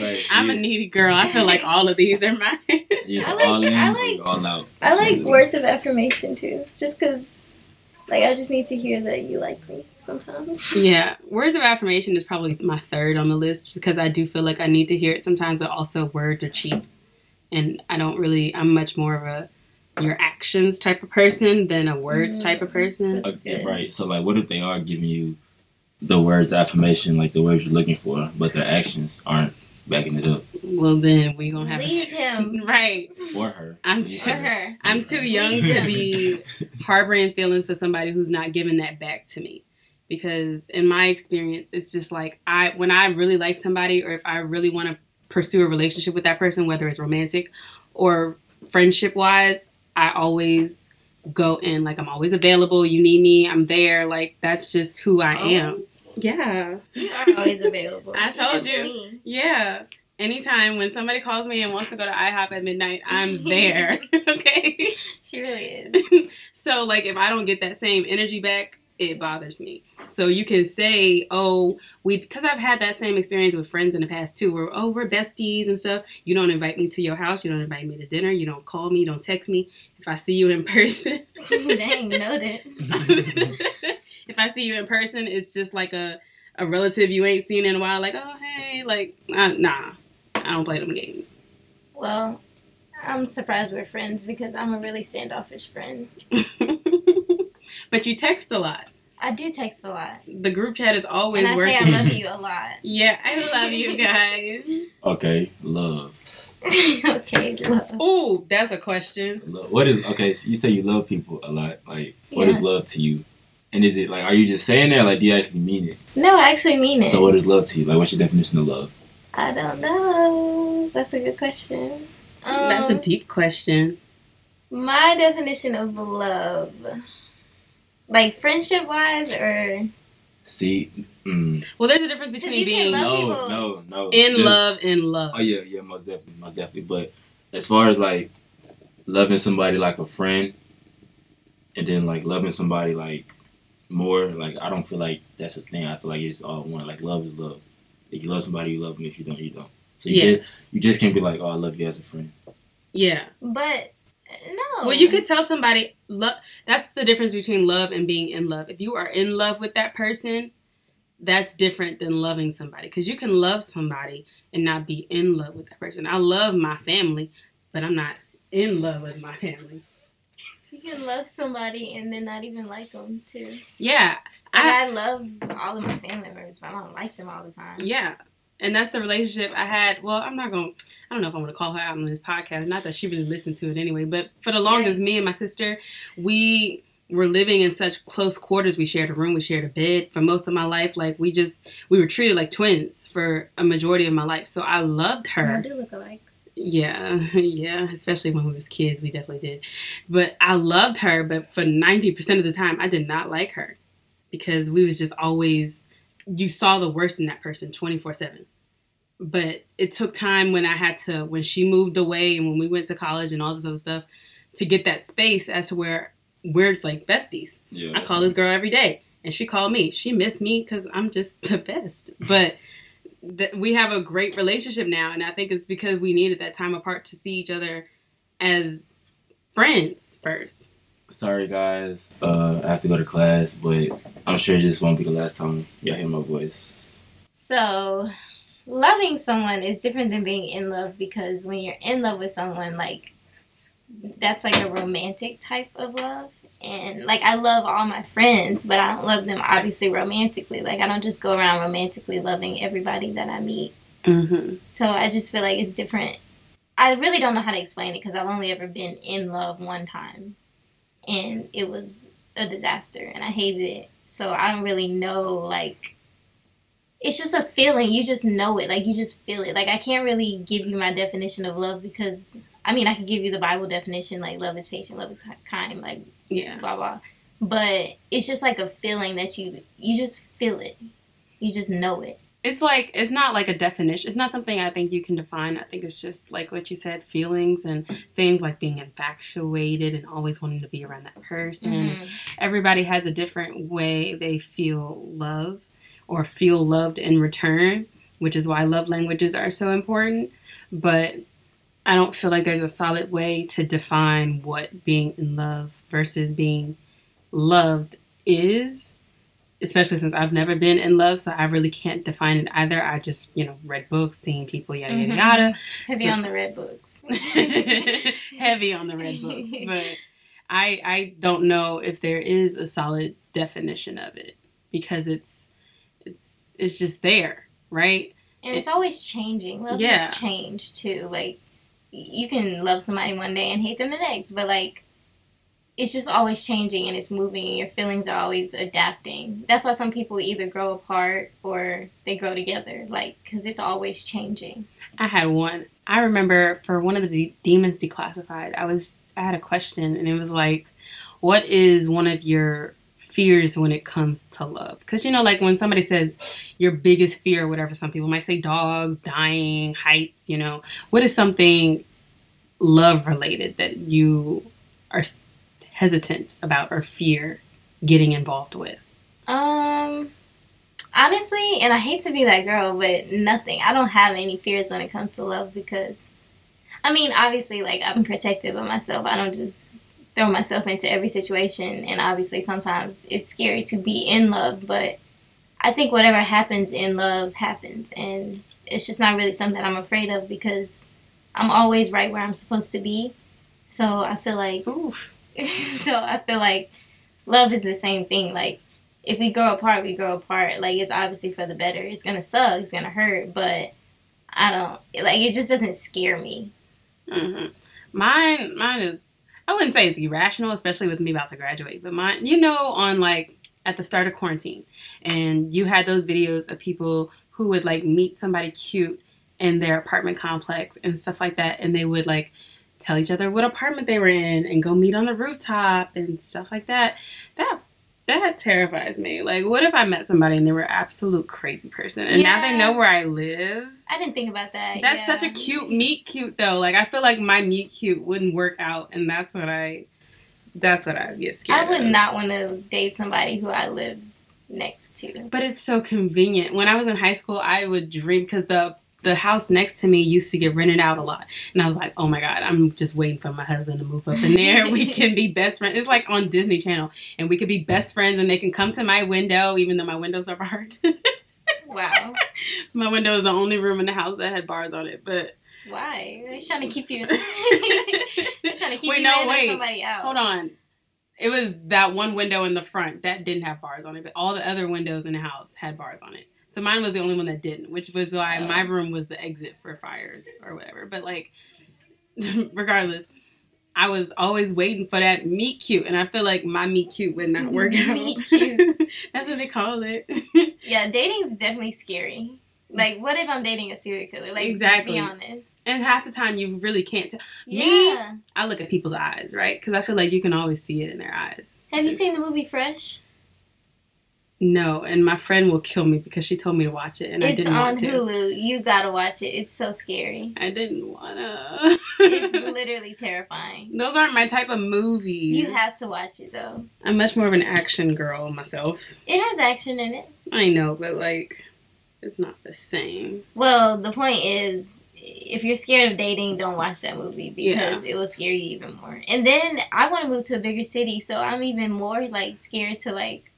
Like,
I'm a
you-
needy girl. I feel like all of these are mine.
you
I
either
like-
all in
I
or
like-
you all out.
I like
Something.
words of affirmation too, just because, like, I just need to hear that you like me sometimes.
Yeah, words of affirmation is probably my third on the list just because I do feel like I need to hear it sometimes, but also words are cheap. And I don't really, I'm much more of a your actions type of person than a words type of person.
That's
Okay,
good.
right. So like, what if they are giving you the words affirmation, like the words you're looking for, but their actions aren't backing it up
Well, then we going to have a-
Leave him.
right.
or her?
I'm
Yeah.
For her.
I'm too young to be harboring feelings for somebody who's not giving that back to me. Because in my experience, it's just like I when I really like somebody or if I really want to pursue a relationship with that person, whether it's romantic or friendship wise, I always go in like I'm always available, you need me, I'm there, like that's just who I am. Yeah.
Oh, You are always available.
I told
Even to
you.
me.
Yeah. Anytime when somebody calls me and wants to go to IHOP at midnight, I'm there. okay.
She really is.
so like if I don't get that same energy back, it bothers me. So you can say, "Oh, we," because I've had that same experience with friends in the past too, where oh, we're besties and stuff. You don't invite me to your house. You don't invite me to dinner. You don't call me. You don't text me. If I see you in person,
Dang, noted.
if I see you in person, it's just like a a relative you ain't seen in a while. Like, oh hey, like uh, nah, I don't play them games.
Well, I'm surprised we're friends because I'm a really standoffish friend.
but you text a lot.
I do text a lot,
The group chat is always
and I
working.
say I love you a lot.
Yeah, I love you guys.
Okay, love.
okay, love.
Ooh, that's a question.
Lo- What is okay? So you say you love people a lot. Like, what is
Yeah.
love to you? And is it like, are you just saying that? Like, do you actually mean it?
No, I actually mean it.
So, what is love to you? Like, what's your definition of love?
I don't know. That's a good question. Um,
that's a deep question.
my definition of love, like friendship wise, or
See, mm,
Well, there's a difference
'Cause
between
you can
being
love-
no,
people.
no, no.
in
Just-
love and love.
Oh yeah, yeah, most definitely, most definitely. But as far as like loving somebody like a friend, and then like loving somebody like more, like I don't feel like that's a thing. I feel like it's all one. Like love is love. If you love somebody, you love them. If you don't, you don't. So you
Yeah.
just you just can't be like, oh, I love you as a friend.
Yeah.
but no.
Well, you could tell somebody love. That's the difference between love and being in love. If you are in love with that person, that's different than loving somebody because you can love somebody and not be in love with that person. I love my family, but I'm not in love with my family.
You can love somebody and then not even like them too.
Yeah.
Like,
I
I, love all of my family members, but I don't like them all the time.
yeah. And that's the relationship I had. Well, I'm not going to, I don't know if I want to call her out on this podcast. Not that she really listened to it anyway, but for the longest, me and my sister, we were living in such close quarters. We shared a room, we shared a bed for most of my life. Like, we just, we were treated like twins for a majority of my life. So I loved
I
her.
do look alike.
Yeah, yeah, especially when we was kids, we definitely did. But I loved her, but for 90% of the time, I did not like her because we was just always you saw the worst in that person 24/7. But it took time when I had to when she moved away and when we went to college and all this other stuff to get that space as to where we're like besties.
Yeah,
I call this girl every day, and she called me. She missed me because I'm just the best. But th- we have a great relationship now, and I think it's because we needed that time apart to see each other as friends first.
Sorry guys, uh, I have to go to class, but I'm sure this won't be the last time y'all hear my voice.
So, loving someone is different than being in love because when you're in love with someone, like, that's like a romantic type of love. And, like, I love all my friends, but I don't love them obviously romantically. Like, I don't just go around romantically loving everybody that I meet.
Mm-hmm.
So, I just feel like it's different. I really don't know how to explain it because I've only ever been in love one time. And it was a disaster and I hated it. So, I don't really know, like, it's just a feeling. You just know it. Like you just feel it. Like I can't really give you my definition of love because I mean I can give you the Bible definition, like love is patient, love is kind, like
Yeah,
blah blah. But it's just like a feeling that you you just feel it. You just know it.
it's like it's not like a definition. It's not something I think you can define. I think it's just like what you said, feelings and things like being infatuated and always wanting to be around that person.
Mm-hmm.
everybody has a different way they feel love or feel loved in return, which is why love languages are so important. But I don't feel like there's a solid way to define what being in love versus being loved is, especially since I've never been in love, so I really can't define it either. I just, you know, read books, seen people, yada, yada,
Mhm.
yada
Heavy
So-
on the red books.
heavy on the red books, but I I don't know if there is a solid definition of it because it's it's it's just there, right?
And it's always changing. Love
Yeah.
is change too. Like y- you can love somebody one day and hate them the next, but like it's just always changing and it's moving and your feelings are always adapting. That's why some people either grow apart or they grow together, like cuz it's always changing.
I had one. I remember for one of the de- demons declassified, I was I had a question and it was like, what is one of your fears when it comes to love? Because you know, like when somebody says your biggest fear, or whatever, some people might say dogs, dying, heights. You know, what is something love related that you are s- hesitant about or fear getting involved with?
Um honestly, and I hate to be that girl, but nothing. I don't have any fears when it comes to love because I mean, obviously like I'm protective of myself. I don't just throw myself into every situation and obviously sometimes it's scary to be in love, but I think whatever happens in love happens and it's just not really something I'm afraid of because I'm always right where I'm supposed to be. So I feel like
Oof.
so I feel like love is the same thing. Like if we grow apart, we grow apart. Like it's obviously for the better. It's gonna suck. It's gonna hurt, but I don't like. It just doesn't scare me.
hmm Mine, mine is. I wouldn't say it's irrational, especially with me about to graduate. But mine, you know, on like at the start of quarantine, and you had those videos of people who would like meet somebody cute in their apartment complex and stuff like that, and they would like tell each other what apartment they were in and go meet on the rooftop and stuff like that. That that terrifies me. Like, what if I met somebody and they were an absolute crazy person, and now they
Yeah.
know where I live?
I didn't think about that.
That's
Uh, yeah.
such a cute meet cute though. Like I feel like my meet cute wouldn't work out, and that's what I, that's what I get scared.
I would
of.
not want to date somebody who I live next to.
But it's so convenient. When I was in high school, I would dream because the the house next to me used to get rented out a lot, and I was like, oh my god, I'm just waiting for my husband to move up in there. we can be best friends. It's like on Disney Channel, and we could be best friends, and they can come to my window, even though my windows are barred.
Wow.
my window is the only room in the house that had bars on it, but.
Why? They're trying to keep you. They're trying to keep
Wait,
you
no,
in
wait.
or somebody out.
Hold on. It was that one window in the front that didn't have bars on it, but all the other windows in the house had bars on it. So mine was the only one that didn't, which was why
Oh.
my room was the exit for fires or whatever. But like, regardless, I was always waiting for that meet cute, and I feel like my meet cute would not work out.
Meet cute.
That's what they call it.
Yeah, dating's definitely scary. Like, what if I'm dating a serial killer? Like,
Exactly.
Be honest.
and half the time you really can't. T- Me?
Yeah.
I look at people's eyes, right? Because I feel like you can always see it in their eyes.
Have you seen the movie Fresh?
No, and my friend will kill me because she told me to watch it, and I
It's
didn't
on
want to.
Hulu. You gotta watch it. It's so scary.
I didn't wanna.
It's literally terrifying.
Those aren't my type of movies.
You have to watch it though.
I'm much more of an action girl myself.
It has action in it.
I know, but like, it's not the same.
Well, the point is, if you're scared of dating, don't watch that movie because it will scare you even more. And then I want to move to a bigger city, so I'm even more like scared to like.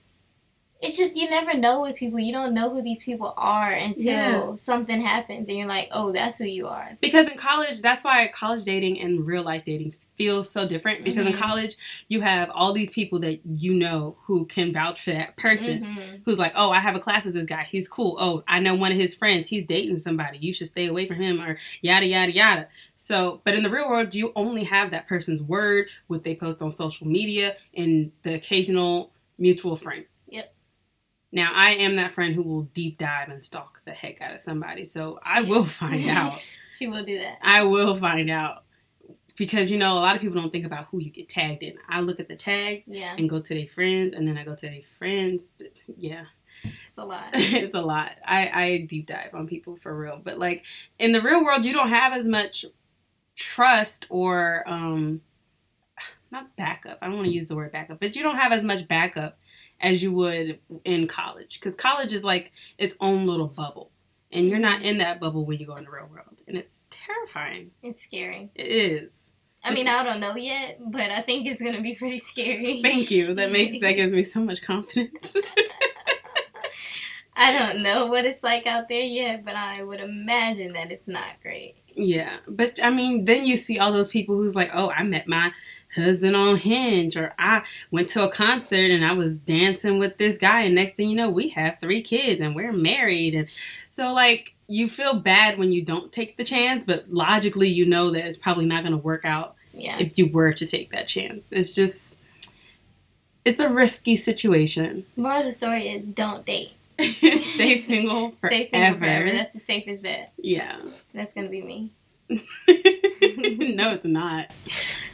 It's just you never know with people. You don't know who these people are until
Yeah.
something happens, and you're like, "Oh, that's who you are."
Because in college, that's why college dating and real life dating feels so different. Because
Mhm.
in college, you have all these people that you know who can vouch for that person.
Mhm.
Who's like, oh, I have a class with this guy. He's cool. Oh, I know one of his friends. He's dating somebody. You should stay away from him or yada, yada, yada. So, but in the real world, you only have that person's word, what they post on social media, and the occasional mutual friend.
Yep.
Now, I am that friend who will deep dive and stalk the heck out of somebody. So I will find out.
She will do that.
I will find out. Because, you know, a lot of people don't think about who you get tagged in. I look at the tags
Yeah,
and go to their friends, and then I go to their friends. But, yeah.
it's a lot.
it's a lot. I, I deep dive on people for real. But like in the real world, you don't have as much trust or um not backup. I don't want to use the word backup, but you don't have as much backup as you would in college because college is like its own little bubble, and you're not in that bubble when you go in the real world, and it's terrifying.
It's scary.
It is.
I mean, I don't know yet, but I think it's gonna be pretty scary.
Thank you. That makes that gives me so much confidence.
I don't know what it's like out there yet, but I would imagine that it's not great.
Yeah, but I mean, then you see all those people who's like, "Oh, I met my husband on Hinge," or "I went to a concert and I was dancing with this guy," and next thing you know, we have three kids and we're married, and so like you feel bad when you don't take the chance, but logically you know that it's probably not going to work out
Yeah.
if you were to take that chance. It's just, it's a risky situation.
Moral of the story is don't date.
Stay single forever.
Stay single forever. That's the safest bet.
yeah.
That's gonna be me.
no, it's not.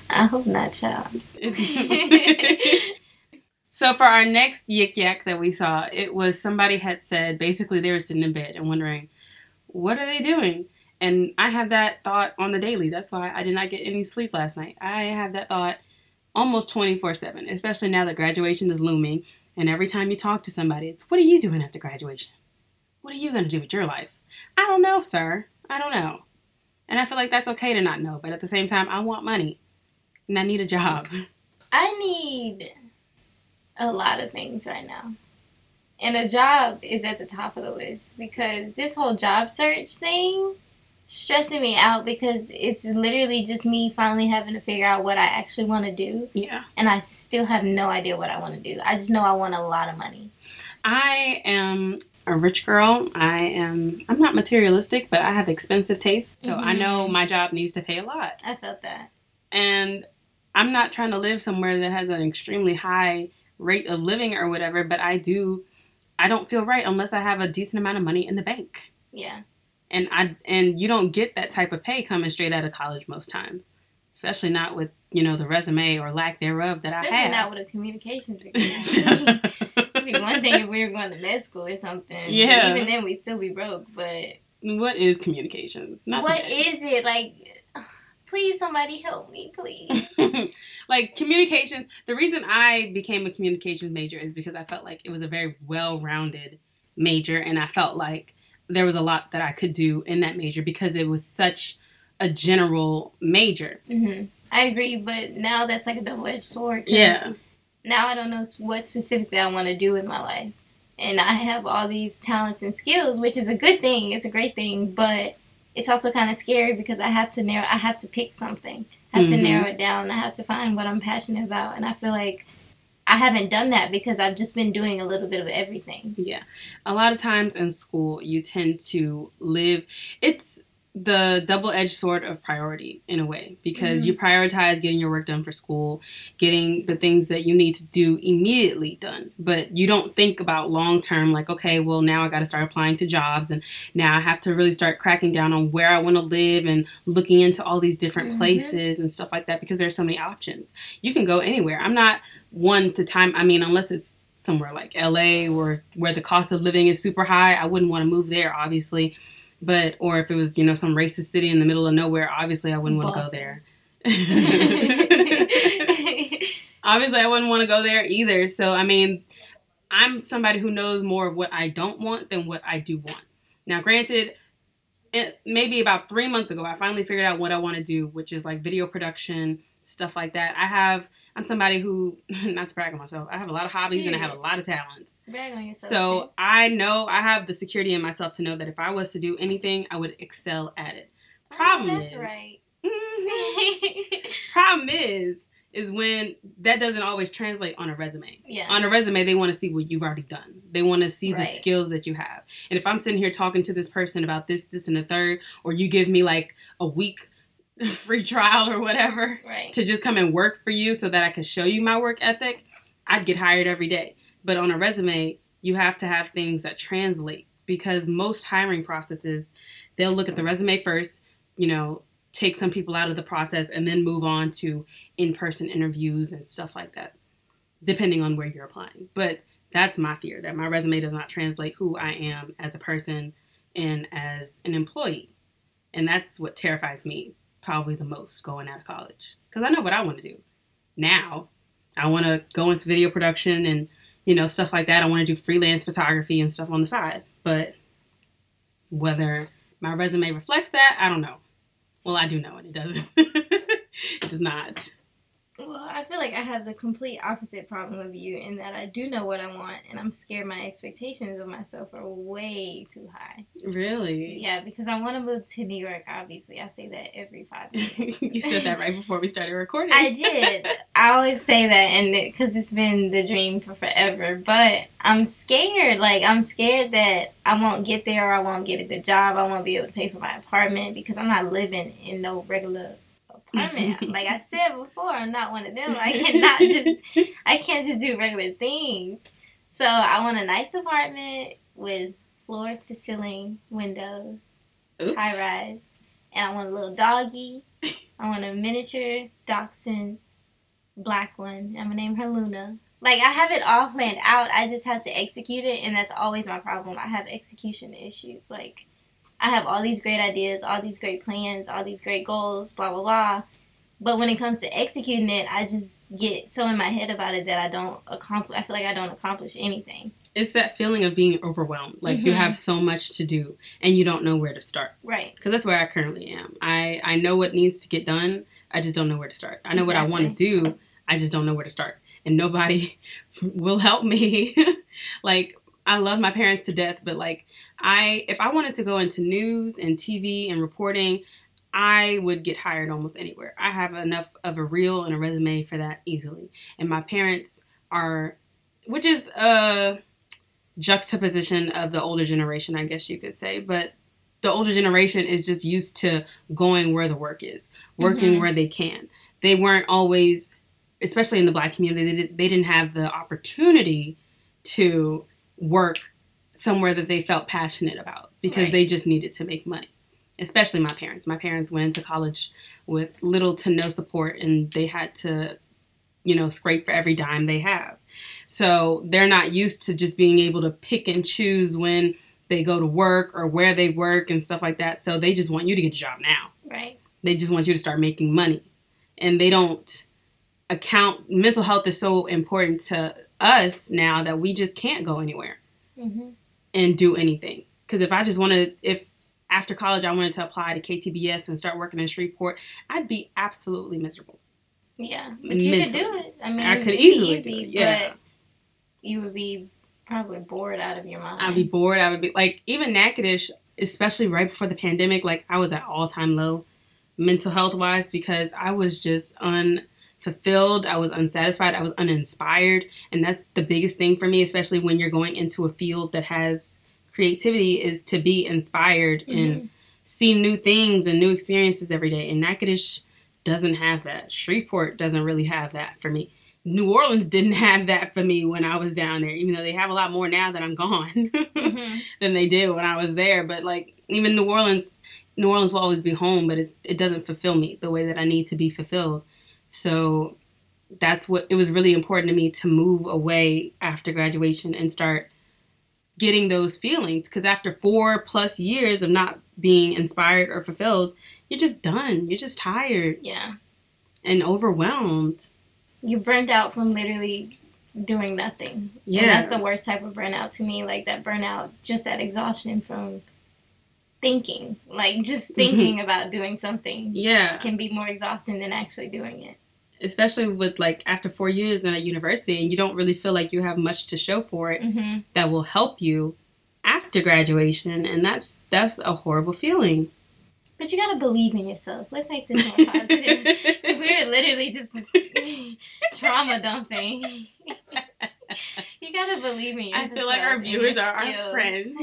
I hope not, child.
It's- So for our next yik yak that we saw, it was somebody had said basically they were sitting in bed and wondering, what are they doing? And I have that thought on the daily. That's why I did not get any sleep last night. I have that thought almost 24 7, especially now that graduation is looming. And every time you talk to somebody, it's what are you doing after graduation? What are you going to do with your life? I don't know, sir. I don't know. And I feel like that's okay to not know. But at the same time, I want money and I need a job.
I need a lot of things right now. And a job is at the top of the list because this whole job search thing stressing me out because it's literally just me finally having to figure out what I actually want to do
Yeah.
and I still have no idea what I want to do. I just know I want a lot of money.
I am a rich girl. I am. I'm not materialistic, but I have expensive tastes, so I
Mhm.
know my job needs to pay a lot.
I felt that.
and I'm not trying to live somewhere that has an extremely high rate of living or whatever, but I do I don't feel right unless I have a decent amount of money in the bank.
Yeah.
And I and you don't get that type of pay coming straight out of college most times. Especially not with, you know, the resume or lack thereof that
Especially
I have.
not with a communications degree. It'd be one thing if we were going to med school or something. But
Yeah.
even then, we'd still be broke. But
what is communications? Not
what
today.
is it like? Please, somebody help me, please.
like communications the reason i became a communications major is because i felt like it was a very well-rounded major and i felt like there was a lot that i could do in that major because it was such a general major
hmm I agree, but now that's like a double edged sword. 'cause
Yeah.
Now I don't know s- what specifically I want to do with my life, and I have all these talents and skills, which is a good thing. It's a great thing, but it's also kind of scary because I have to narrow. I have to pick something. I have
Mhm.
to narrow it down. I have to find what I'm passionate about, and I feel like I haven't done that because I've just been doing a little bit of everything.
yeah a lot of times in school you tend to live it's the double-edged sword of priority in a way because you prioritize getting your work done for school getting the things that you need to do immediately done but you don't think about long term like okay well now i got to start applying to jobs and now i have to really start cracking down on where i want to live and looking into all these different
Mhm.
places and stuff like that because there's so many options you can go anywhere i'm not one to time i mean unless it's somewhere like la or where the cost of living is super high i wouldn't want to move there obviously but or if it was you know some racist city in the middle of nowhere obviously i wouldn't want to go
Boston.
there
mm-hmm.
obviously I wouldn't want to go there either. So I mean, I'm somebody who knows more of what I don't want than what I do want. Now, granted, it, maybe about three months ago, I finally figured out what I want to do, which is like video production stuff like that. I have I'm somebody who, not to brag on myself, I have a lot of hobbies and I have a lot of talents.
Brag on yourself.
So
sis.
I know I have the security in myself to know that if I was to do anything, I would excel at it.
Oh,
Problem
that's
is, Mhm.
right.
problem is, is when that doesn't always translate on a resume
yeah.
on a resume they want to see what you've already done they want to see the
Right.
skills that you have and if i'm sitting here talking to this person about this this and the third or you give me like a week free trial or whatever
right.
to just come and work for you so that i can show you my work ethic i'd get hired every day but on a resume you have to have things that translate because most hiring processes they'll look at the resume first you know take some people out of the process and then move on to in-person interviews and stuff like that depending on where you're applying. But that's my fear that my resume does not translate who I am as a person and as an employee. And that's what terrifies me probably the most going out of college because I know what I want to do now. I want to go into video production and you know stuff like that. I want to do freelance photography and stuff on the side, but whether my resume reflects that, I don't know. Well, I do know it. It doesn't. it does not.
Well, I feel like I have the complete opposite problem of you in that I do know what I want, and I'm scared my expectations of myself are way too high.
Really?
Yeah, because I want to move to New York. Obviously, I say that every five minutes.
you said that right before we started recording.
I did. I always say that, and because it, has been the dream for forever. But I'm scared. Like I'm scared that I won't get there, or I won't get a good job. I won't be able to pay for my apartment because I'm not living in no regular apartment. like I said before, I'm not one of them. I cannot just. I can't just do regular things. So I want a nice apartment with floor to ceiling windows
Oops.
high rise, and I want a little doggy. I want a miniature dachshund, black one. I'm gonna name her Luna. Like I have it all planned out. I just have to execute it, and that's always my problem. I have execution issues. Like I have all these great ideas, all these great plans, all these great goals, blah blah blah. But when it comes to executing it, I just get so in my head about it that I don't accomplish. I feel like I don't accomplish anything.
It's that feeling of being overwhelmed. Like you
Mhm.
have so much to do and you don't know where to start.
Right.
Because that's where I currently am. I, I know what needs to get done. I just don't know where to start. I know what I want to do. I just don't know where to start. And nobody will help me. like, I love my parents to death, but like, I if I wanted to go into news and TV and reporting, I would get hired almost anywhere. I have enough of a reel and a resume for that easily. And my parents are, which is uh, juxtaposition of the older generation, I guess you could say. But the older generation is just used to going where the work is, working
Mhm.
where they can. They weren't always, especially in the black community, they, did, they didn't have the opportunity to work somewhere that they felt passionate about because
Right.
they just needed to make money. Especially my parents. My parents went to college with little to no support and they had to, you know, scrape for every dime they have. So they're not used to just being able to pick and choose when they go to work or where they work and stuff like that. So they just want you to get a job now.
Right.
They just want you to start making money. And they don't account mental health is so important to us now that we just can't go anywhere
Mm-hmm.
and do anything. Because if I just wanted, if after college I wanted to apply to KTBS and start working in Shreveport, I'd be absolutely miserable.
Yeah, but you could
Mentally.
do it. I mean,
I
it
could
would be
easily do it,
but
yeah.
you would be probably bored out of your mind.
I'd be bored. I would be like, even Natchitoches, especially right before the pandemic, like I was at all time low mental health wise because I was just unfulfilled. I was unsatisfied. I was uninspired. And that's the biggest thing for me, especially when you're going into a field that has creativity, is to be inspired and see new things and new experiences every day. And Natchitoches doesn't have that. Shreveport doesn't really have that for me. New Orleans didn't have that for me when I was down there, even though they have a lot more now that I'm gone
hmm
than they did when I was there. But like even New Orleans, New Orleans will always be home, but it's, it doesn't fulfill me the way that I need to be fulfilled. So that's what it was really important to me to move away after graduation and start getting those feelings because after four plus years of not being inspired or fulfilled, you're just done. You're just tired
Yeah,
and overwhelmed.
you burned out from literally doing nothing. And
Yeah.
that's the worst type of burnout to me. Like that burnout, just that exhaustion from thinking, like just thinking about doing something,
Mm-hmm. Yeah.
can be more exhausting than actually doing it.
Especially with like after four years in a university and you don't really feel like you have much to show for it.
hmm
that will help you after graduation and that's that's a horrible feeling
But you gotta believe in yourself. Let's make this more positive. Because we're literally just trauma dumping. you gotta believe me.
i feel like our viewers are our friends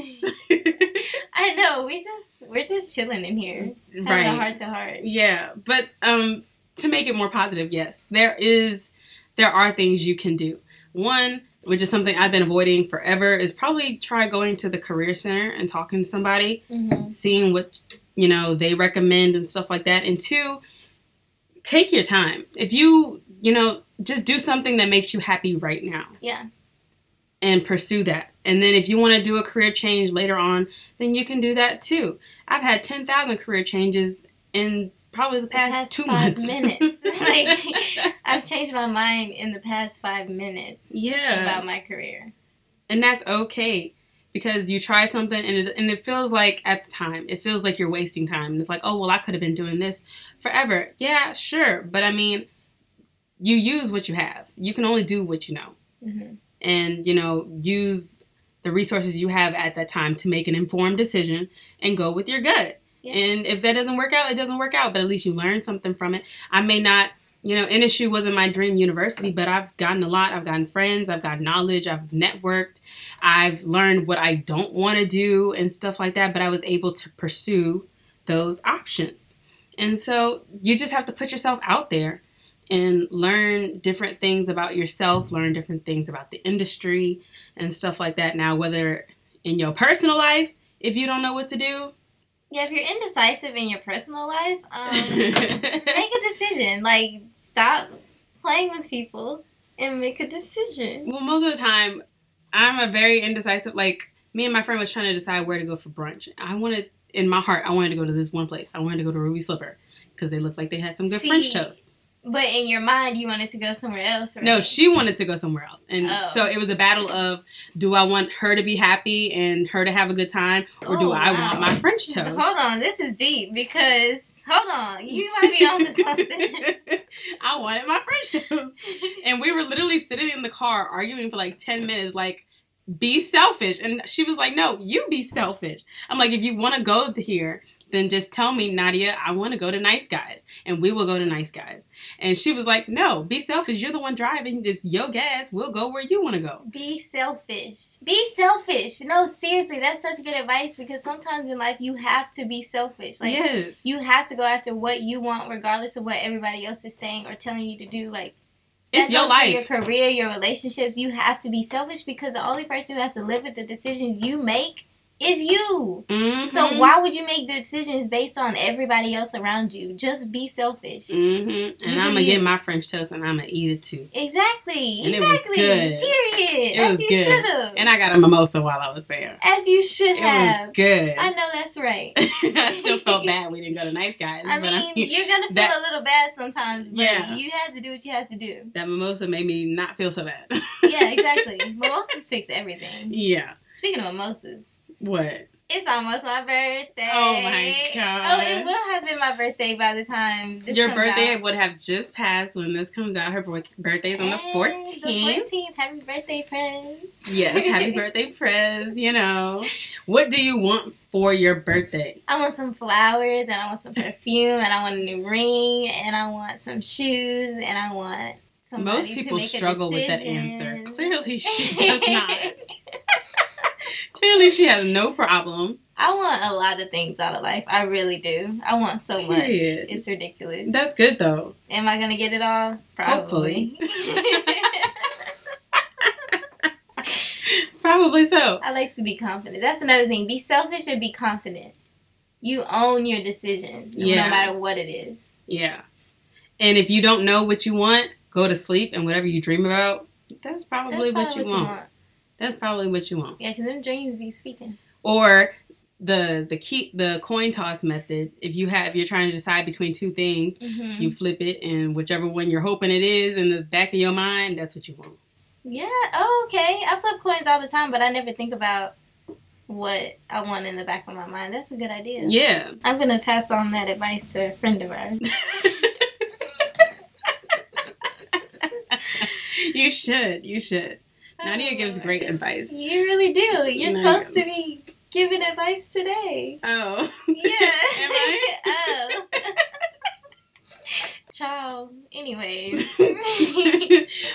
I know. We just we're just chilling in here, having a
right
heart to heart.
yeah but um to make it more positive yes there is there are things you can do one which is something i've been avoiding forever is probably try going to the career center and talking to somebody
Mm-hmm.
seeing what you know they recommend and stuff like that and two take your time if you you know just do something that makes you happy right now
Yeah.
and pursue that and then if you want to do a career change later on then you can do that too i've had 10,000 career changes in probably the past,
past
2
five
months
minutes. Like- I've changed my mind in the past five minutes
yeah
about my career.
and that's okay because you try something and it, and it feels like at the time it feels like you're wasting time and it's like oh well i could have been doing this forever yeah sure but i mean you use what you have you can only do what you know
hmm
and you know use the resources you have at that time to make an informed decision and go with your gut
Yeah.
and if that doesn't work out it doesn't work out but at least you learn something from it i may not you know nsu wasn't my dream university but i've gotten a lot i've gotten friends i've gotten knowledge i've networked i've learned what i don't want to do and stuff like that but i was able to pursue those options and so you just have to put yourself out there and learn different things about yourself, learn different things about the industry and stuff like that. Now, whether in your personal life, if you don't know what to do,
Yeah. If you're indecisive in your personal life, um, make a decision. Like stop playing with people and make a decision.
well, most of the time, I'm a very indecisive. Like, me and my friend was trying to decide where to go for brunch. I wanted, in my heart, I wanted to go to this one place. I wanted to go to Ruby Slipper because they looked like they had some good
See,
French toast.
But in your mind, you wanted to go somewhere else. Right?
No, she wanted to go somewhere else. And
Oh.
so it was a battle of do I want her to be happy and her to have a good time or do
Oh,
I
wow.
want my French toast?
Hold on, this is deep because hold on, you might be onto something.
I wanted my French toast. And we were literally sitting in the car arguing for like 10 minutes like be selfish. And she was like, no, you be selfish. I'm like, if you want to go here, then just tell me, Nadia, I want to go to Nice Guys, and we will go to Nice Guys. And she was like, no, be selfish. You're the one driving. It's your gas. We'll go where you want to go.
Be selfish. Be selfish. No, seriously, that's such good advice because sometimes in life you have to be selfish. Like
yes.
you have to go after what you want regardless of what everybody else is saying or telling you to do. Like that
it's your
goes for
life.
your career, your relationships. You have to be selfish because the only person who has to live with the decisions you make is you. So
Mhm.
why would you make decisions based on everybody else around you? Just be selfish.
Mm-hmm. And
You
I'm
do
gonna get
you.
my French toast and I'm gonna eat it too.
Exactly.
And it was
exactly.
good.
Period.
It
As
was
you
good.
should have.
And I got a mimosa while I was there.
As you should
It
have.
was good.
I know that's right.
I still felt bad we didn't go to Nice Guys.
I
but
mean, you're gonna feel
that-
a little bad sometimes, but
Yeah.
you had to do what you had to do.
that mimosa made me not feel so bad.
Yeah, exactly. mimosas fix everything.
yeah.
Speaking of mimosas,
What?
it's almost my birthday.
Oh my God.
Oh, it will have been my birthday by the time this
Your
comes
birthday
out.
would have just passed when this comes out. Her birth- birthday is on the
Hey,
14th.
The 14th. Happy birthday, friends.
Yes, happy birthday, Prez. You know, what do you want for your birthday?
I want some flowers and I want some perfume and I want a new ring and I want some shoes and I want some.
Most people struggle with that answer. Clearly, she does not. Clearly, she has no problem.
I want a lot of things out of life. I really do. I want so much.
Period.
It's ridiculous.
That's good though.
Am I gonna get it all? Probably.
Probably so.
I like to be confident. That's another thing. Be selfish and be confident. You own your decision,
Yeah.
no matter what it is.
Yeah. And if you don't know what you want, go to sleep and whatever you dream about, that's probably,
That's
what, you, want. That's probably what you want.
Yeah, because them dreams be speaking.
Or the the key the coin toss method. If you have you're trying to decide between two things,
Mm-hmm.
you flip it and whichever one you're hoping it is in the back of your mind, that's what you want.
Yeah. Oh, okay. I flip coins all the time, but I never think about what I want in the back of my mind. That's a good idea.
Yeah.
I'm gonna pass on that advice to a friend of ours.
you should. You should. Nadia gives great advice.
Oh, You really do. You're
Nadia.
supposed to be giving advice today.
Oh.
Yeah.
Am I?
oh. Ciao. Anyways.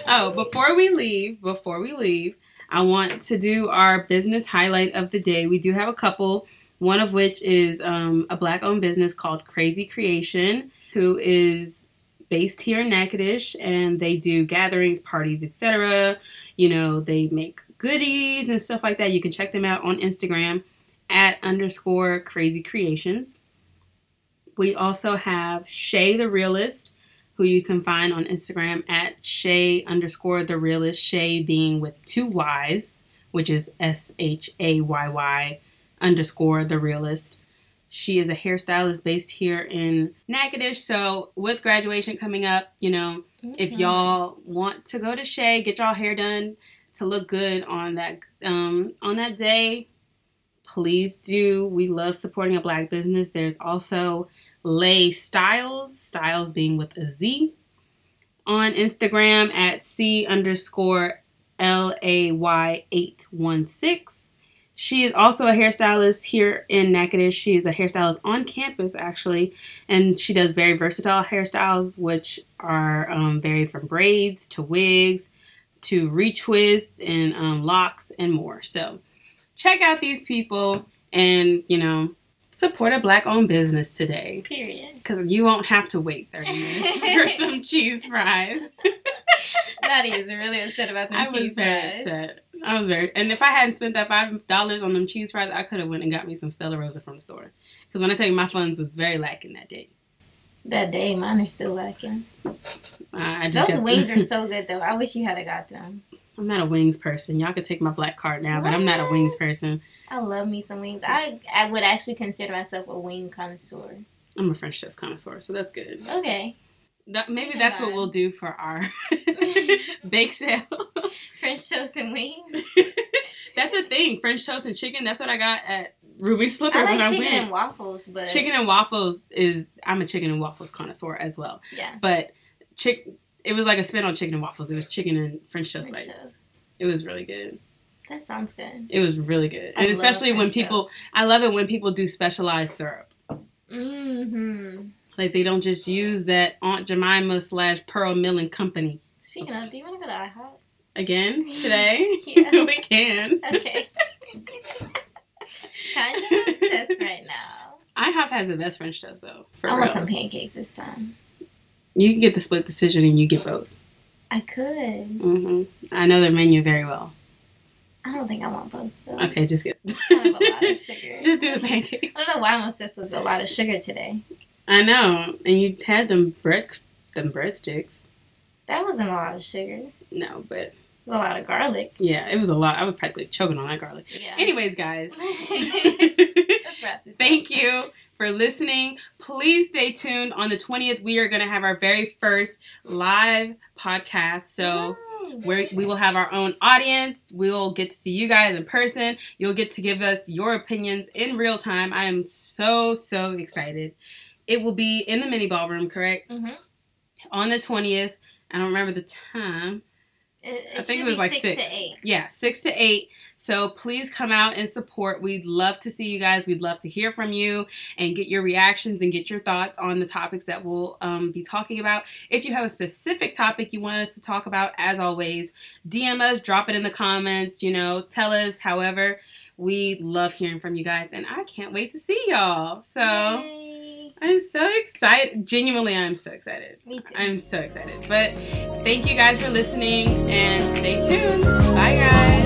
oh, before we leave, before we leave, I want to do our business highlight of the day. We do have a couple, one of which is um, a black owned business called Crazy Creation, who is based here in Natchitoches and they do gatherings, parties, etc. You know, they make goodies and stuff like that. You can check them out on Instagram at underscore crazy creations. We also have Shay the Realist, who you can find on Instagram at Shay underscore the realist, Shay being with two Y's, which is S H A Y Y underscore the realist. She is a hairstylist based here in Natchitoches. So, with graduation coming up, you know, if
Mm-hmm.
y'all want to go to Shea, get y'all hair done to look good on that um, on that day, please do. We love supporting a black business. There's also Lay Styles, Styles being with a Z, on Instagram at C underscore L A Y eight one six. She is also a hairstylist here in Natchitoches. She is a hairstylist on campus, actually and she does very versatile hairstyles, which are um, vary from braids to wigs to retwists and um, locks and more. So check out these people and you know support a black-owned business today
Period.
because you won't have to wait 30 minutes for some cheese fries.
Nadia is really upset about them
I
cheese
was very
fries.
upset. I was very, and if I hadn't spent that five dollars on them cheese fries, I could have went and got me some Stella Rosa from the store. Because when I tell you, my funds was very lacking that day.
That day, mine are still lacking.
I I just
Those
got-
wings are so good, though. I wish you had a got them.
I'm not a wings person. Y'all could take my black card now, but I'm not a wings
What?
person.
I love me some wings. I I would actually consider myself a wing connoisseur.
I'm a French toast connoisseur, so that's good.
Okay,
That, maybe
Never
that's what
mind.
we'll do for our bake sale.
French toast and wings.
that's a thing. French toast and chicken. That's what I got at Ruby Slipper
I
when
like
I
chicken
went.
and waffles, but
chicken and waffles is I'm a chicken and waffles connoisseur as well.
yeah,
But chick, it was like a spin on chicken and waffles. It was chicken and French toast
French
bites.
toast.
It was really good.
That sounds good.
It was really good,
I
and
love
especially when
fish
people.
shows.
I love it when people do specialized syrup.
Mhm.
Like they don't just use that Aunt Jemima slash Pearl Milling Company
Speaking of, do you want to go to IHOP?
again today.
Yeah.
we can.
Okay. kind of obsessed right now.
IHOP has the best French toast though. For
I
real.
want some pancakes this time.
You can get the split decision, and you get both.
I could.
hmm I know their menu very well.
I don't think I want both. Though.
Okay, just get.
I have a lot of sugar.
just do the pancake.
I don't know why I'm obsessed with a lot of sugar today.
I know, and you had them bread, them breadsticks.
That wasn't a lot of sugar. It
No, but
was a lot of garlic.
yeah, it was a lot. I was practically choking on that garlic.
Yeah.
Anyways, guys.
Let's wrap this
Thank you for listening. Please stay tuned. On the 20th, we are going to have our very first live podcast. So
Mm-hmm.
we're, we will have our own audience. We'll get to see you guys in person. You'll get to give us your opinions in real time. I am so, so excited. It will be in the mini ballroom, correct?
hmm
On the 20th. I don't remember the time.
It, it
I think
should
it was
be
like
six,
six.
to eight.
Yeah, six to eight. So please come out and support. We'd love to see you guys. We'd love to hear from you and get your reactions and get your thoughts on the topics that we'll um, be talking about. If you have a specific topic you want us to talk about, as always, DM us, drop it in the comments, you know, tell us, however. We love hearing from you guys, and I can't wait to see y'all. So
Yay.
I'm so excited. Genuinely, I'm so excited.
Me too.
I'm so excited. But thank you guys for listening and stay tuned. Bye, guys.